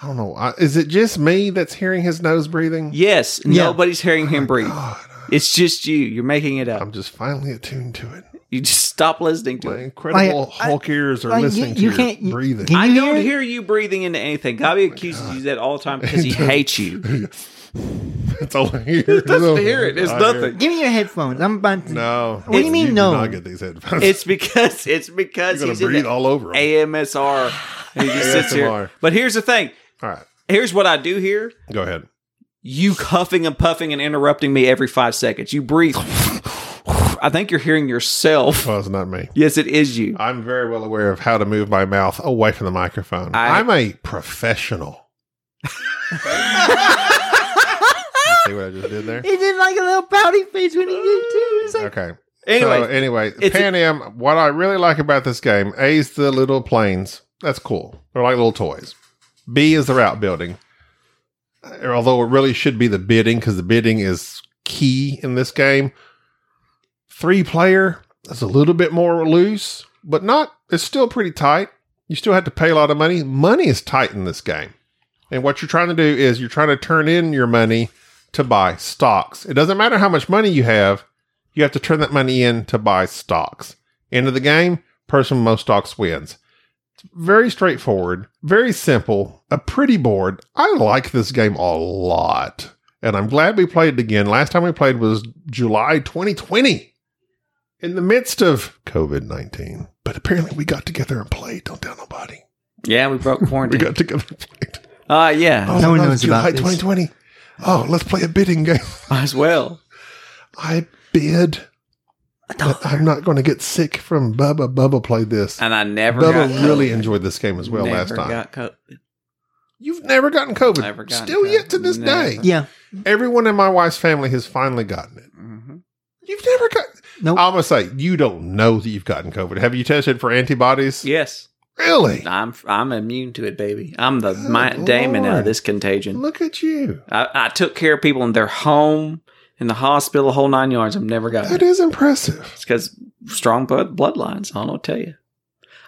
Speaker 2: I don't know. I, is it just me that's hearing his nose breathing?
Speaker 3: Yes,
Speaker 4: Yeah.
Speaker 3: nobody's hearing him breathe.
Speaker 2: God,
Speaker 3: It's just you. You're making it up.
Speaker 2: I'm just finally attuned to it.
Speaker 3: You just stop listening to
Speaker 2: My
Speaker 3: it.
Speaker 2: incredible
Speaker 4: I-
Speaker 2: Hulk ears are
Speaker 4: like, you-
Speaker 2: listening
Speaker 4: you
Speaker 2: to
Speaker 4: can't-
Speaker 2: your breathing.
Speaker 4: can
Speaker 3: I
Speaker 4: you
Speaker 3: don't
Speaker 4: hear it?
Speaker 3: hear you breathing into anything.
Speaker 2: Oh
Speaker 3: Gobby accuses you that all the time because he hates you.
Speaker 2: That's all I hear. doesn't
Speaker 3: hear it. It's nothing.
Speaker 4: Give me your headphones. I'm about to.
Speaker 2: No.
Speaker 4: What do you mean,
Speaker 2: do
Speaker 4: no?
Speaker 2: not get these headphones.
Speaker 3: It's because it's because
Speaker 2: You're going
Speaker 3: he's
Speaker 2: to
Speaker 3: in
Speaker 2: breathe
Speaker 3: the
Speaker 2: all over 'em.
Speaker 3: AMSR. He just sits here.
Speaker 2: ASMR.
Speaker 3: But here's the thing.
Speaker 2: all right.
Speaker 3: Here's what I do here.
Speaker 2: Go ahead.
Speaker 3: You cuffing and puffing and interrupting me every five seconds. You breathe. I think you're hearing yourself.
Speaker 2: Well, it's not me.
Speaker 3: Yes, it is you.
Speaker 2: I'm very well aware of how to move my mouth away from the microphone.
Speaker 3: I-
Speaker 2: I'm a professional. See what I just did there?
Speaker 4: He did like a little pouty face when he did too. It's like,
Speaker 2: Okay.
Speaker 3: Anyway,
Speaker 2: so anyway,
Speaker 3: it's a-
Speaker 2: Pan Am. What I really like about this game: A is the little planes. That's cool. They're like little toys. B is the route building. Although it really should be the bidding because the bidding is key in this game. Three player is a little bit more loose, but not. It's still pretty tight. You still have to pay a lot of money. Money is tight in this game, and what you're trying to do is you're trying to turn in your money to buy stocks. It doesn't matter how much money you have you have to turn that money in to buy stocks. End of the game, person with most stocks wins. It's very straightforward, very simple, a pretty board. I like this game a lot. And I'm glad we played it again. Last time we played was July 2020 in the midst of COVID 19. But apparently we got together and played. Don't tell nobody.
Speaker 3: yeah, we broke
Speaker 2: We
Speaker 3: quarantine.
Speaker 2: got together and played.
Speaker 3: Uh, yeah,
Speaker 2: Oh,
Speaker 4: No one
Speaker 2: that was
Speaker 4: knows about
Speaker 2: July
Speaker 4: this.
Speaker 2: 2020. Oh, let's play a bidding game.
Speaker 3: might as well.
Speaker 2: I bid. But I'm not going to get sick from Bubba. Bubba played this.
Speaker 3: And I never
Speaker 2: Bubba
Speaker 3: got
Speaker 2: really
Speaker 3: COVID.
Speaker 2: enjoyed this game as well
Speaker 3: Never
Speaker 2: last time.
Speaker 3: got COVID.
Speaker 2: You've never gotten COVID.
Speaker 3: Never gotten
Speaker 2: Still
Speaker 3: COVID.
Speaker 2: yet to this
Speaker 3: Never.
Speaker 2: day.
Speaker 4: yeah.
Speaker 2: Everyone in my wife's family has finally gotten it.
Speaker 3: Mm-hmm.
Speaker 2: You've never got.
Speaker 4: Nope.
Speaker 2: I'm gonna say you don't know that you've gotten COVID. Have you tested for antibodies?
Speaker 3: Yes,
Speaker 2: Really?
Speaker 3: I'm I'm immune to it, baby. I'm the
Speaker 2: Good
Speaker 3: my, Damon out
Speaker 2: Lord.
Speaker 3: of this contagion.
Speaker 2: Look at you.
Speaker 3: I, I took care of people in their home, in the hospital, the whole nine yards. I've never got
Speaker 2: That
Speaker 3: it.
Speaker 2: is impressive.
Speaker 3: It's because strong blood bloodlines. I don't know what to tell you.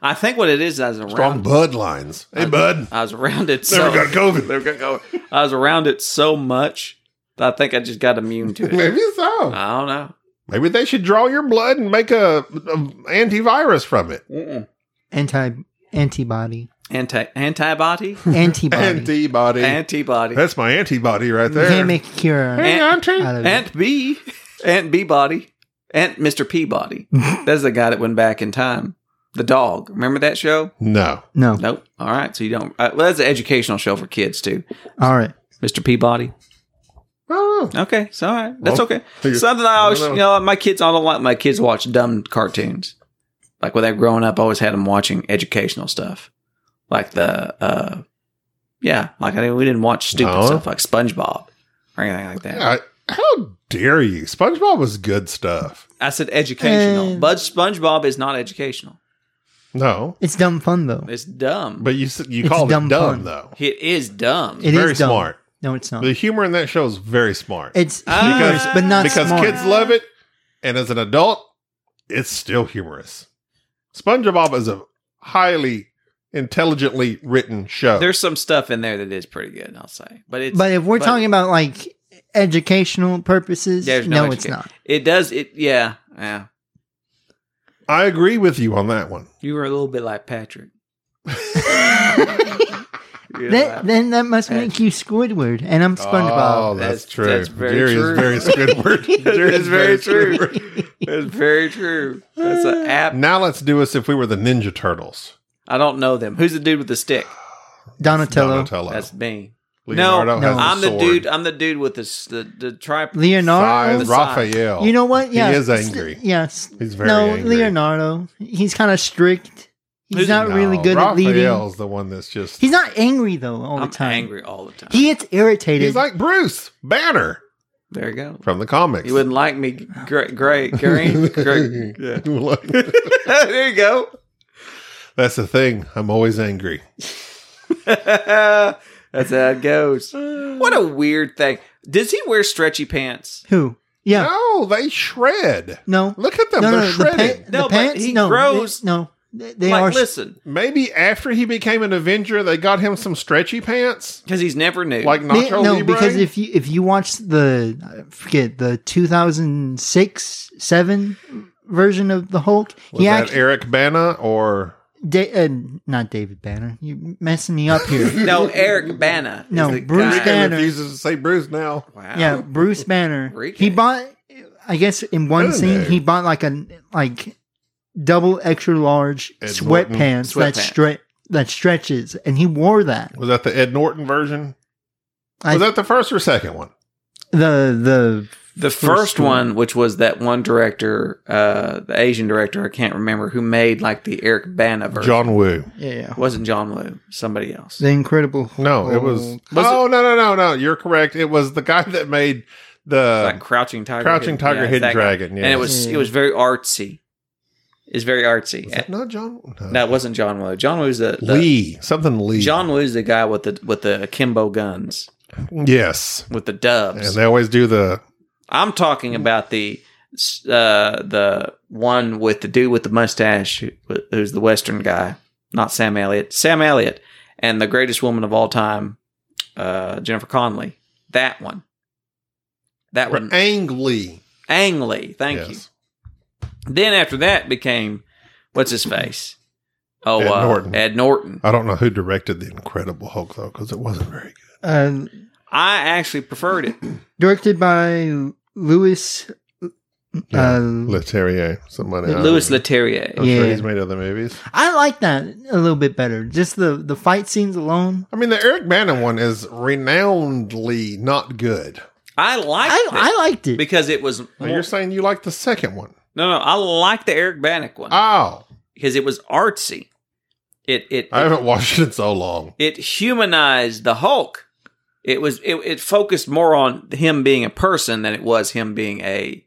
Speaker 3: I think what it is, I was around.
Speaker 2: Strong blood lines. Hey,
Speaker 3: I-
Speaker 2: bud.
Speaker 3: I was around it. Uh, So,
Speaker 2: Never got COVID.
Speaker 3: never got COVID. I was around it so much that I think I just got immune to it.
Speaker 2: Maybe so.
Speaker 3: I don't know.
Speaker 2: Maybe they should draw your blood and make a, a antivirus from it.
Speaker 3: Mm-mm.
Speaker 4: Anti antibody.
Speaker 3: Anti antibody,
Speaker 4: Antibody.
Speaker 2: Antibody.
Speaker 3: antibody,
Speaker 2: That's my antibody right
Speaker 4: you
Speaker 2: there.
Speaker 4: can't make a cure
Speaker 2: hey, Auntie.
Speaker 4: out of it.
Speaker 3: Ant B, Ant B body, Ant Mister Peabody. That's the guy that went back in time. The dog. Remember that show?
Speaker 2: No.
Speaker 4: No.
Speaker 3: Nope. All right. So you don't. Uh, well, that's an educational show for kids too.
Speaker 4: All right.
Speaker 3: Mister Peabody.
Speaker 2: Oh,
Speaker 3: Okay. So all right. That's
Speaker 2: Well,
Speaker 3: okay.
Speaker 2: here-
Speaker 3: Something I always,
Speaker 2: I don't
Speaker 3: you know, my kids. I don't like my kids watch dumb cartoons. Like when they were growing up, I always had them watching educational stuff, like the, uh yeah, like I mean, we didn't watch stupid
Speaker 2: No.
Speaker 3: stuff like SpongeBob or anything like that.
Speaker 2: I- how dare you? SpongeBob was good stuff.
Speaker 3: I said educational,
Speaker 4: Uh,
Speaker 3: but SpongeBob is not educational.
Speaker 2: No,
Speaker 4: It's dumb fun though.
Speaker 3: It's dumb.
Speaker 2: but you s- you
Speaker 4: It's
Speaker 2: called
Speaker 4: dumb
Speaker 2: it dumb
Speaker 4: fun.
Speaker 2: though.
Speaker 3: it is dumb.
Speaker 4: It is
Speaker 2: very
Speaker 4: dumb.
Speaker 2: smart.
Speaker 4: No, it's not.
Speaker 2: The humor in that show is very smart
Speaker 4: It's
Speaker 3: Ah.
Speaker 4: humorous,
Speaker 3: Because-
Speaker 4: but not
Speaker 2: because
Speaker 4: smart.
Speaker 2: kids love it, and as an adult, it's still humorous. SpongeBob is a highly intelligently written show.
Speaker 3: There's some stuff in there that is pretty good. I'll say, but it's
Speaker 4: but if we're talking about like educational purposes,
Speaker 3: There's
Speaker 4: no,
Speaker 3: no
Speaker 4: it's
Speaker 3: educa-
Speaker 4: not.
Speaker 3: it does it. Yeah, yeah.
Speaker 2: I agree with you on that one.
Speaker 3: You were a little bit like Patrick. You're
Speaker 4: That,
Speaker 3: like-
Speaker 4: then that must make you Squidward, and I'm
Speaker 2: Oh,
Speaker 4: SpongeBob.
Speaker 2: that's,
Speaker 3: That's-
Speaker 2: true.
Speaker 3: that's very
Speaker 2: Jerry
Speaker 3: true.
Speaker 2: is very Squidward.
Speaker 3: That
Speaker 2: Jerry
Speaker 3: is very true.
Speaker 2: Squidward.
Speaker 3: That's very true. That's an app.
Speaker 2: Now let's do us if we were the Ninja Turtles.
Speaker 3: I don't know them. Who's the dude with the stick?
Speaker 4: Donatello.
Speaker 2: Donatello.
Speaker 3: That's me.
Speaker 2: Leonardo
Speaker 3: no,
Speaker 2: has a
Speaker 3: I'm the
Speaker 2: sword.
Speaker 3: dude. I'm the dude with the s- the, the tripod.
Speaker 4: Leonardo.
Speaker 2: Size,
Speaker 3: the size.
Speaker 2: Raphael.
Speaker 4: You know what?
Speaker 2: He
Speaker 4: Yeah,
Speaker 2: is
Speaker 4: s-
Speaker 2: angry.
Speaker 4: Yes.
Speaker 2: He's very
Speaker 4: no,
Speaker 2: angry.
Speaker 4: Leonardo. He's kind of strict. He's
Speaker 3: Who's-
Speaker 4: not really
Speaker 2: No,
Speaker 4: good at leading.
Speaker 2: Raphael's the one that's just.
Speaker 4: He's not angry though all
Speaker 3: I'm
Speaker 4: the time.
Speaker 3: angry all the time.
Speaker 4: He gets irritated.
Speaker 2: He's like Bruce Banner
Speaker 3: there you go.
Speaker 2: from the comics.
Speaker 3: You wouldn't like me. Great, great, green, great. Yeah. there you go.
Speaker 2: that's the thing. I'm always angry.
Speaker 3: That's how it goes. What a weird thing. Does he wear stretchy pants?
Speaker 4: Who? Yeah.
Speaker 2: No, they shred.
Speaker 4: No.
Speaker 2: Look at them.
Speaker 4: no,
Speaker 2: They're
Speaker 4: no, the,
Speaker 2: shredding.
Speaker 4: pa-
Speaker 3: No,
Speaker 4: the
Speaker 3: but
Speaker 4: pants.
Speaker 3: he
Speaker 4: no,
Speaker 3: grows-
Speaker 4: They, no, they, they
Speaker 3: like,
Speaker 4: are.
Speaker 3: listen,
Speaker 2: Maybe after he became an Avenger, they got him some stretchy pants
Speaker 3: because he's never new.
Speaker 2: like
Speaker 4: they-
Speaker 2: Nacho
Speaker 4: no,
Speaker 2: Libre.
Speaker 4: because if you if you watch the I forget the 2006 seven version of the Hulk.
Speaker 2: Was
Speaker 4: he
Speaker 2: that
Speaker 4: actually,
Speaker 2: Eric Bana or
Speaker 4: da- uh, not David Banner. You messing me up here.
Speaker 3: No, Eric Bana.
Speaker 4: No,
Speaker 3: is the
Speaker 4: Bruce
Speaker 3: guy-
Speaker 2: He
Speaker 4: Banner.
Speaker 2: refuses to say Bruce now?
Speaker 3: Wow.
Speaker 4: yeah, Bruce Banner.
Speaker 3: Enrique.
Speaker 4: He bought. I guess in one
Speaker 2: Really?
Speaker 4: scene he bought like a like double extra large
Speaker 2: Ed Norton.
Speaker 4: sweatpants, that
Speaker 3: Sweatpants.
Speaker 4: stretch that stretches, and he wore that.
Speaker 2: Was that the Ed Norton version?
Speaker 4: I-
Speaker 2: was that the first or second one?
Speaker 4: the the
Speaker 3: The first one, which was that one director, uh, the Asian director, I can't remember, who made like the Eric Bana version.
Speaker 2: John Woo.
Speaker 4: yeah
Speaker 3: It wasn't John Woo, somebody else.
Speaker 4: the Incredible. Hulk.
Speaker 2: No, it was. oh no no no no! You're correct. It was the guy that made
Speaker 3: like
Speaker 2: the
Speaker 3: Crouching Tiger,
Speaker 2: Crouching Tiger,
Speaker 3: it's
Speaker 2: Hidden
Speaker 3: that guy.
Speaker 2: Dragon,
Speaker 3: And
Speaker 2: yes.
Speaker 3: it was it was very artsy. It's very artsy.
Speaker 2: Is that not John. No,
Speaker 3: No, it wasn't John Woo. John Woo's the, the
Speaker 2: Lee something Lee.
Speaker 3: John Woo's the guy with the with the akimbo guns
Speaker 2: Yes,
Speaker 3: with the dubs.
Speaker 2: and they always do the
Speaker 3: I'm
Speaker 2: Mm.
Speaker 3: talking about the uh, the one with the dude with the mustache, who- who's the Western guy, not Sam Elliott. Sam Elliott and the greatest woman of all time, uh, Jennifer Connelly. That one. That one.
Speaker 2: Ang Lee.
Speaker 3: Ang Lee. Thank you.
Speaker 2: Yes.
Speaker 3: Then after that became what's his face? Oh,
Speaker 2: Ed
Speaker 3: Ed
Speaker 2: Norton.
Speaker 3: uh, Norton. Ed Norton.
Speaker 2: I don't know who directed the Incredible Hulk though, because it wasn't very good.
Speaker 4: Uh,
Speaker 3: I actually preferred it.
Speaker 4: directed by Louis.
Speaker 2: Yeah,
Speaker 4: uh,
Speaker 2: Leterrier, somebody. I
Speaker 3: Louis
Speaker 2: don't know.
Speaker 3: Leterrier.
Speaker 2: I'm sure
Speaker 4: Yeah.
Speaker 2: he's made other movies.
Speaker 4: I like that a little bit better. Just the the fight scenes alone.
Speaker 2: I mean, the Eric Bannon one is renownedly not good.
Speaker 3: I liked
Speaker 4: I,
Speaker 3: it
Speaker 4: I liked it.
Speaker 3: because it was
Speaker 2: Now,
Speaker 3: more-
Speaker 2: you're saying you like the second one?
Speaker 3: no, no. I liked the Eric Bannock one
Speaker 2: Oh,
Speaker 3: because it was artsy. It it
Speaker 2: I
Speaker 3: it,
Speaker 2: haven't watched it in so long.
Speaker 3: it humanized the Hulk. It was it, it focused more on him being a person than it was him being a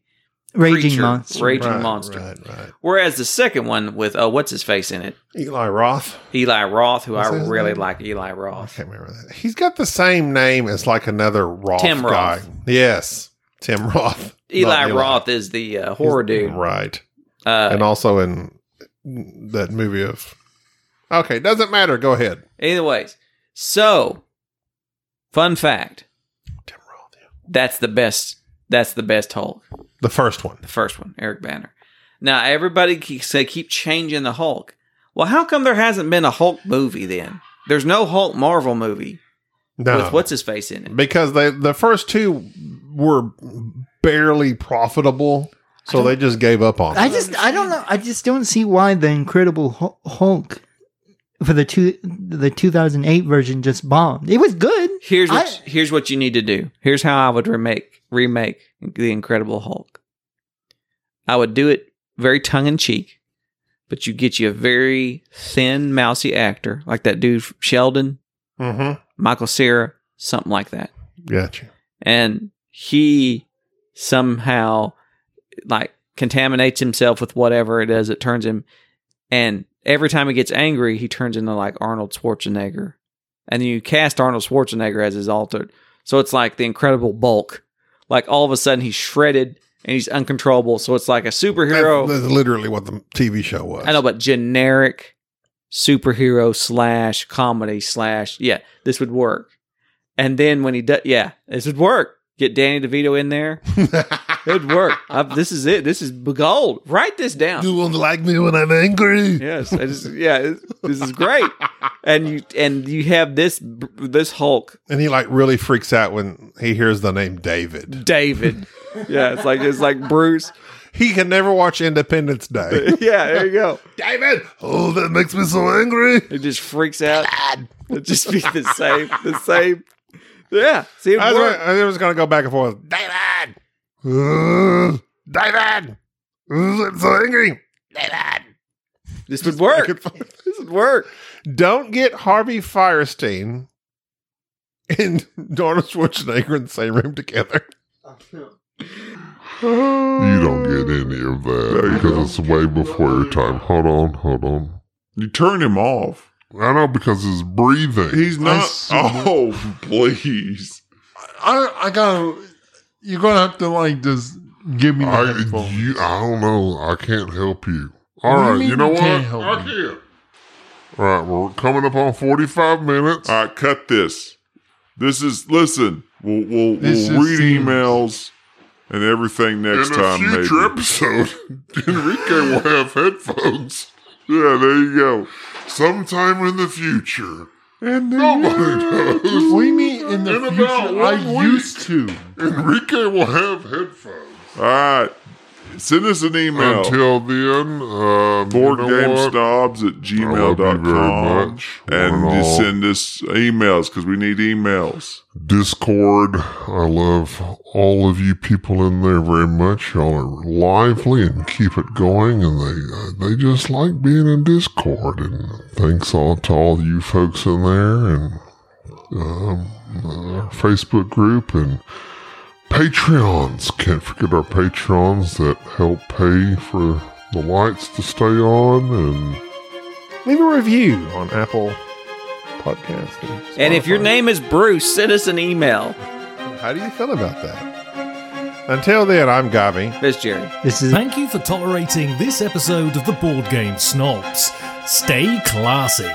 Speaker 4: Raging
Speaker 3: creature,
Speaker 4: Monster.
Speaker 3: raging
Speaker 2: Right,
Speaker 3: monster.
Speaker 2: Right, right.
Speaker 3: Whereas the second one with oh, what's his face in it?
Speaker 2: Eli Roth.
Speaker 3: Eli Roth, who
Speaker 2: What's
Speaker 3: I
Speaker 2: his
Speaker 3: really
Speaker 2: name?
Speaker 3: like. Eli Roth.
Speaker 2: I can't remember that. He's got the same name as like another Roth
Speaker 3: Tim Roth.
Speaker 2: guy. Yes, Tim Roth.
Speaker 3: Eli
Speaker 2: Not
Speaker 3: Roth is the uh,
Speaker 2: He's-
Speaker 3: horror dude.
Speaker 2: right?
Speaker 3: Uh,
Speaker 2: and also in that movie of. Okay, doesn't matter. Go ahead.
Speaker 3: either ways, so fun fact:
Speaker 2: Tim Roth. yeah.
Speaker 3: that's the best. That's the best Hulk,
Speaker 2: The first one.
Speaker 3: the first one, Eric Banner. Now everybody keeps, they keep changing the Hulk. Well, how come there hasn't been a Hulk movie then? There's no Hulk Marvel movie
Speaker 2: No,
Speaker 3: with what's his face in it.
Speaker 2: because they the first two were barely profitable, so they just gave up on
Speaker 4: I
Speaker 2: it.
Speaker 4: just I don't know. I just don't see why the Incredible Hu- Hulk for the two the 2008 version just bombed. It was good.
Speaker 3: Here's what
Speaker 4: I-
Speaker 3: here's what you need to do. Here's how I would remake remake the Incredible Hulk. I would do it very tongue in cheek, but you get you a very thin, mousy actor like that dude from Sheldon,
Speaker 2: Mm-hmm.
Speaker 3: Michael Cera, something like that,
Speaker 2: Gotcha.
Speaker 3: and he somehow like contaminates himself with whatever it is that turns him, and every time he gets angry, he turns into like Arnold Schwarzenegger and then you cast Arnold Schwarzenegger as his altered. So it's like the incredible bulk. Like all of a sudden he's shredded and he's uncontrollable. So it's like a superhero.
Speaker 2: That's, that's literally what the TV show was.
Speaker 3: I know, but generic superhero slash comedy slash yeah, this would work. And then when he does, yeah, this would work. Get Danny DeVito in there. It would work. i this is it. This is gold. Write this down.
Speaker 2: you won't like me when I'm angry.
Speaker 3: Yes, I just yeah, this- this is great. And you and you have this this Hulk
Speaker 2: And he like really freaks out when he hears the name David.
Speaker 3: David. Yeah, it's like it's like Bruce.
Speaker 2: He can never watch Independence Day.
Speaker 3: Yeah, there you go.
Speaker 2: David, oh, that makes me so angry.
Speaker 3: It just freaks out. It'd just be the same, the same. Yeah, see, it
Speaker 2: I was,
Speaker 3: worked.
Speaker 2: I was gonna go back and forth. David, Ugh. David, Ugh, I'm so angry.
Speaker 3: This would work. This would work.
Speaker 2: Don't get Harvey Firestein and Arnold Schwarzenegger in the same room together.
Speaker 5: You don't get any of that because it's way before your time. Hold on, hold on.
Speaker 7: You turn him off.
Speaker 5: I know because it's breathing.
Speaker 7: He's
Speaker 5: I
Speaker 7: not.
Speaker 5: see that.
Speaker 7: Oh, please.
Speaker 5: I, I gotta.
Speaker 7: You're gonna have to like just give me the
Speaker 5: I,
Speaker 7: headphones.
Speaker 5: you, I don't know. I can't help you. All
Speaker 7: What do you
Speaker 5: right, you,
Speaker 7: mean
Speaker 5: know
Speaker 7: you
Speaker 5: what?
Speaker 7: can't help
Speaker 5: I
Speaker 7: me?
Speaker 5: can't. All right, we're coming up on forty-five minutes.
Speaker 7: All right, cut this. This is listen. We'll we'll,
Speaker 5: This
Speaker 7: we'll
Speaker 5: is
Speaker 7: read
Speaker 5: serious.
Speaker 7: emails. and everything next
Speaker 5: In a
Speaker 7: time.
Speaker 5: future
Speaker 7: maybe.
Speaker 5: episode, Enrique will have headphones. Yeah, there you go. Sometime in the future.
Speaker 7: And then,
Speaker 5: Nobody knows.
Speaker 7: We meet in the
Speaker 5: In
Speaker 7: future.
Speaker 5: about one
Speaker 7: I
Speaker 5: week.
Speaker 7: used to.
Speaker 5: Enrique will have headphones.
Speaker 7: All right. Send us an email.
Speaker 5: Until then, um,
Speaker 7: board
Speaker 5: you know
Speaker 7: game
Speaker 5: what?
Speaker 7: snobs
Speaker 5: I
Speaker 7: at
Speaker 5: love you very
Speaker 7: gmail.com
Speaker 5: much.
Speaker 7: and
Speaker 5: One
Speaker 7: just
Speaker 5: all.
Speaker 7: send us emails because we need emails.
Speaker 5: Discord. I love all of you people in there very much. Y'all are lively and keep it going, and they uh, they just like being in Discord. And thanks all to all you folks in there, and um, our Facebook group and Patreons. Can't forget our Patreons that help pay for the lights to stay on and.
Speaker 2: Leave a review on Apple Podcast.
Speaker 3: And if your
Speaker 2: Spotify.
Speaker 3: name is Bruce, send us an email.
Speaker 2: How do you feel about that? Until then, I'm Gabby.
Speaker 3: That's Jerry.
Speaker 4: This is
Speaker 8: Thank you for tolerating this episode of the Board Game Snobs. Stay classy.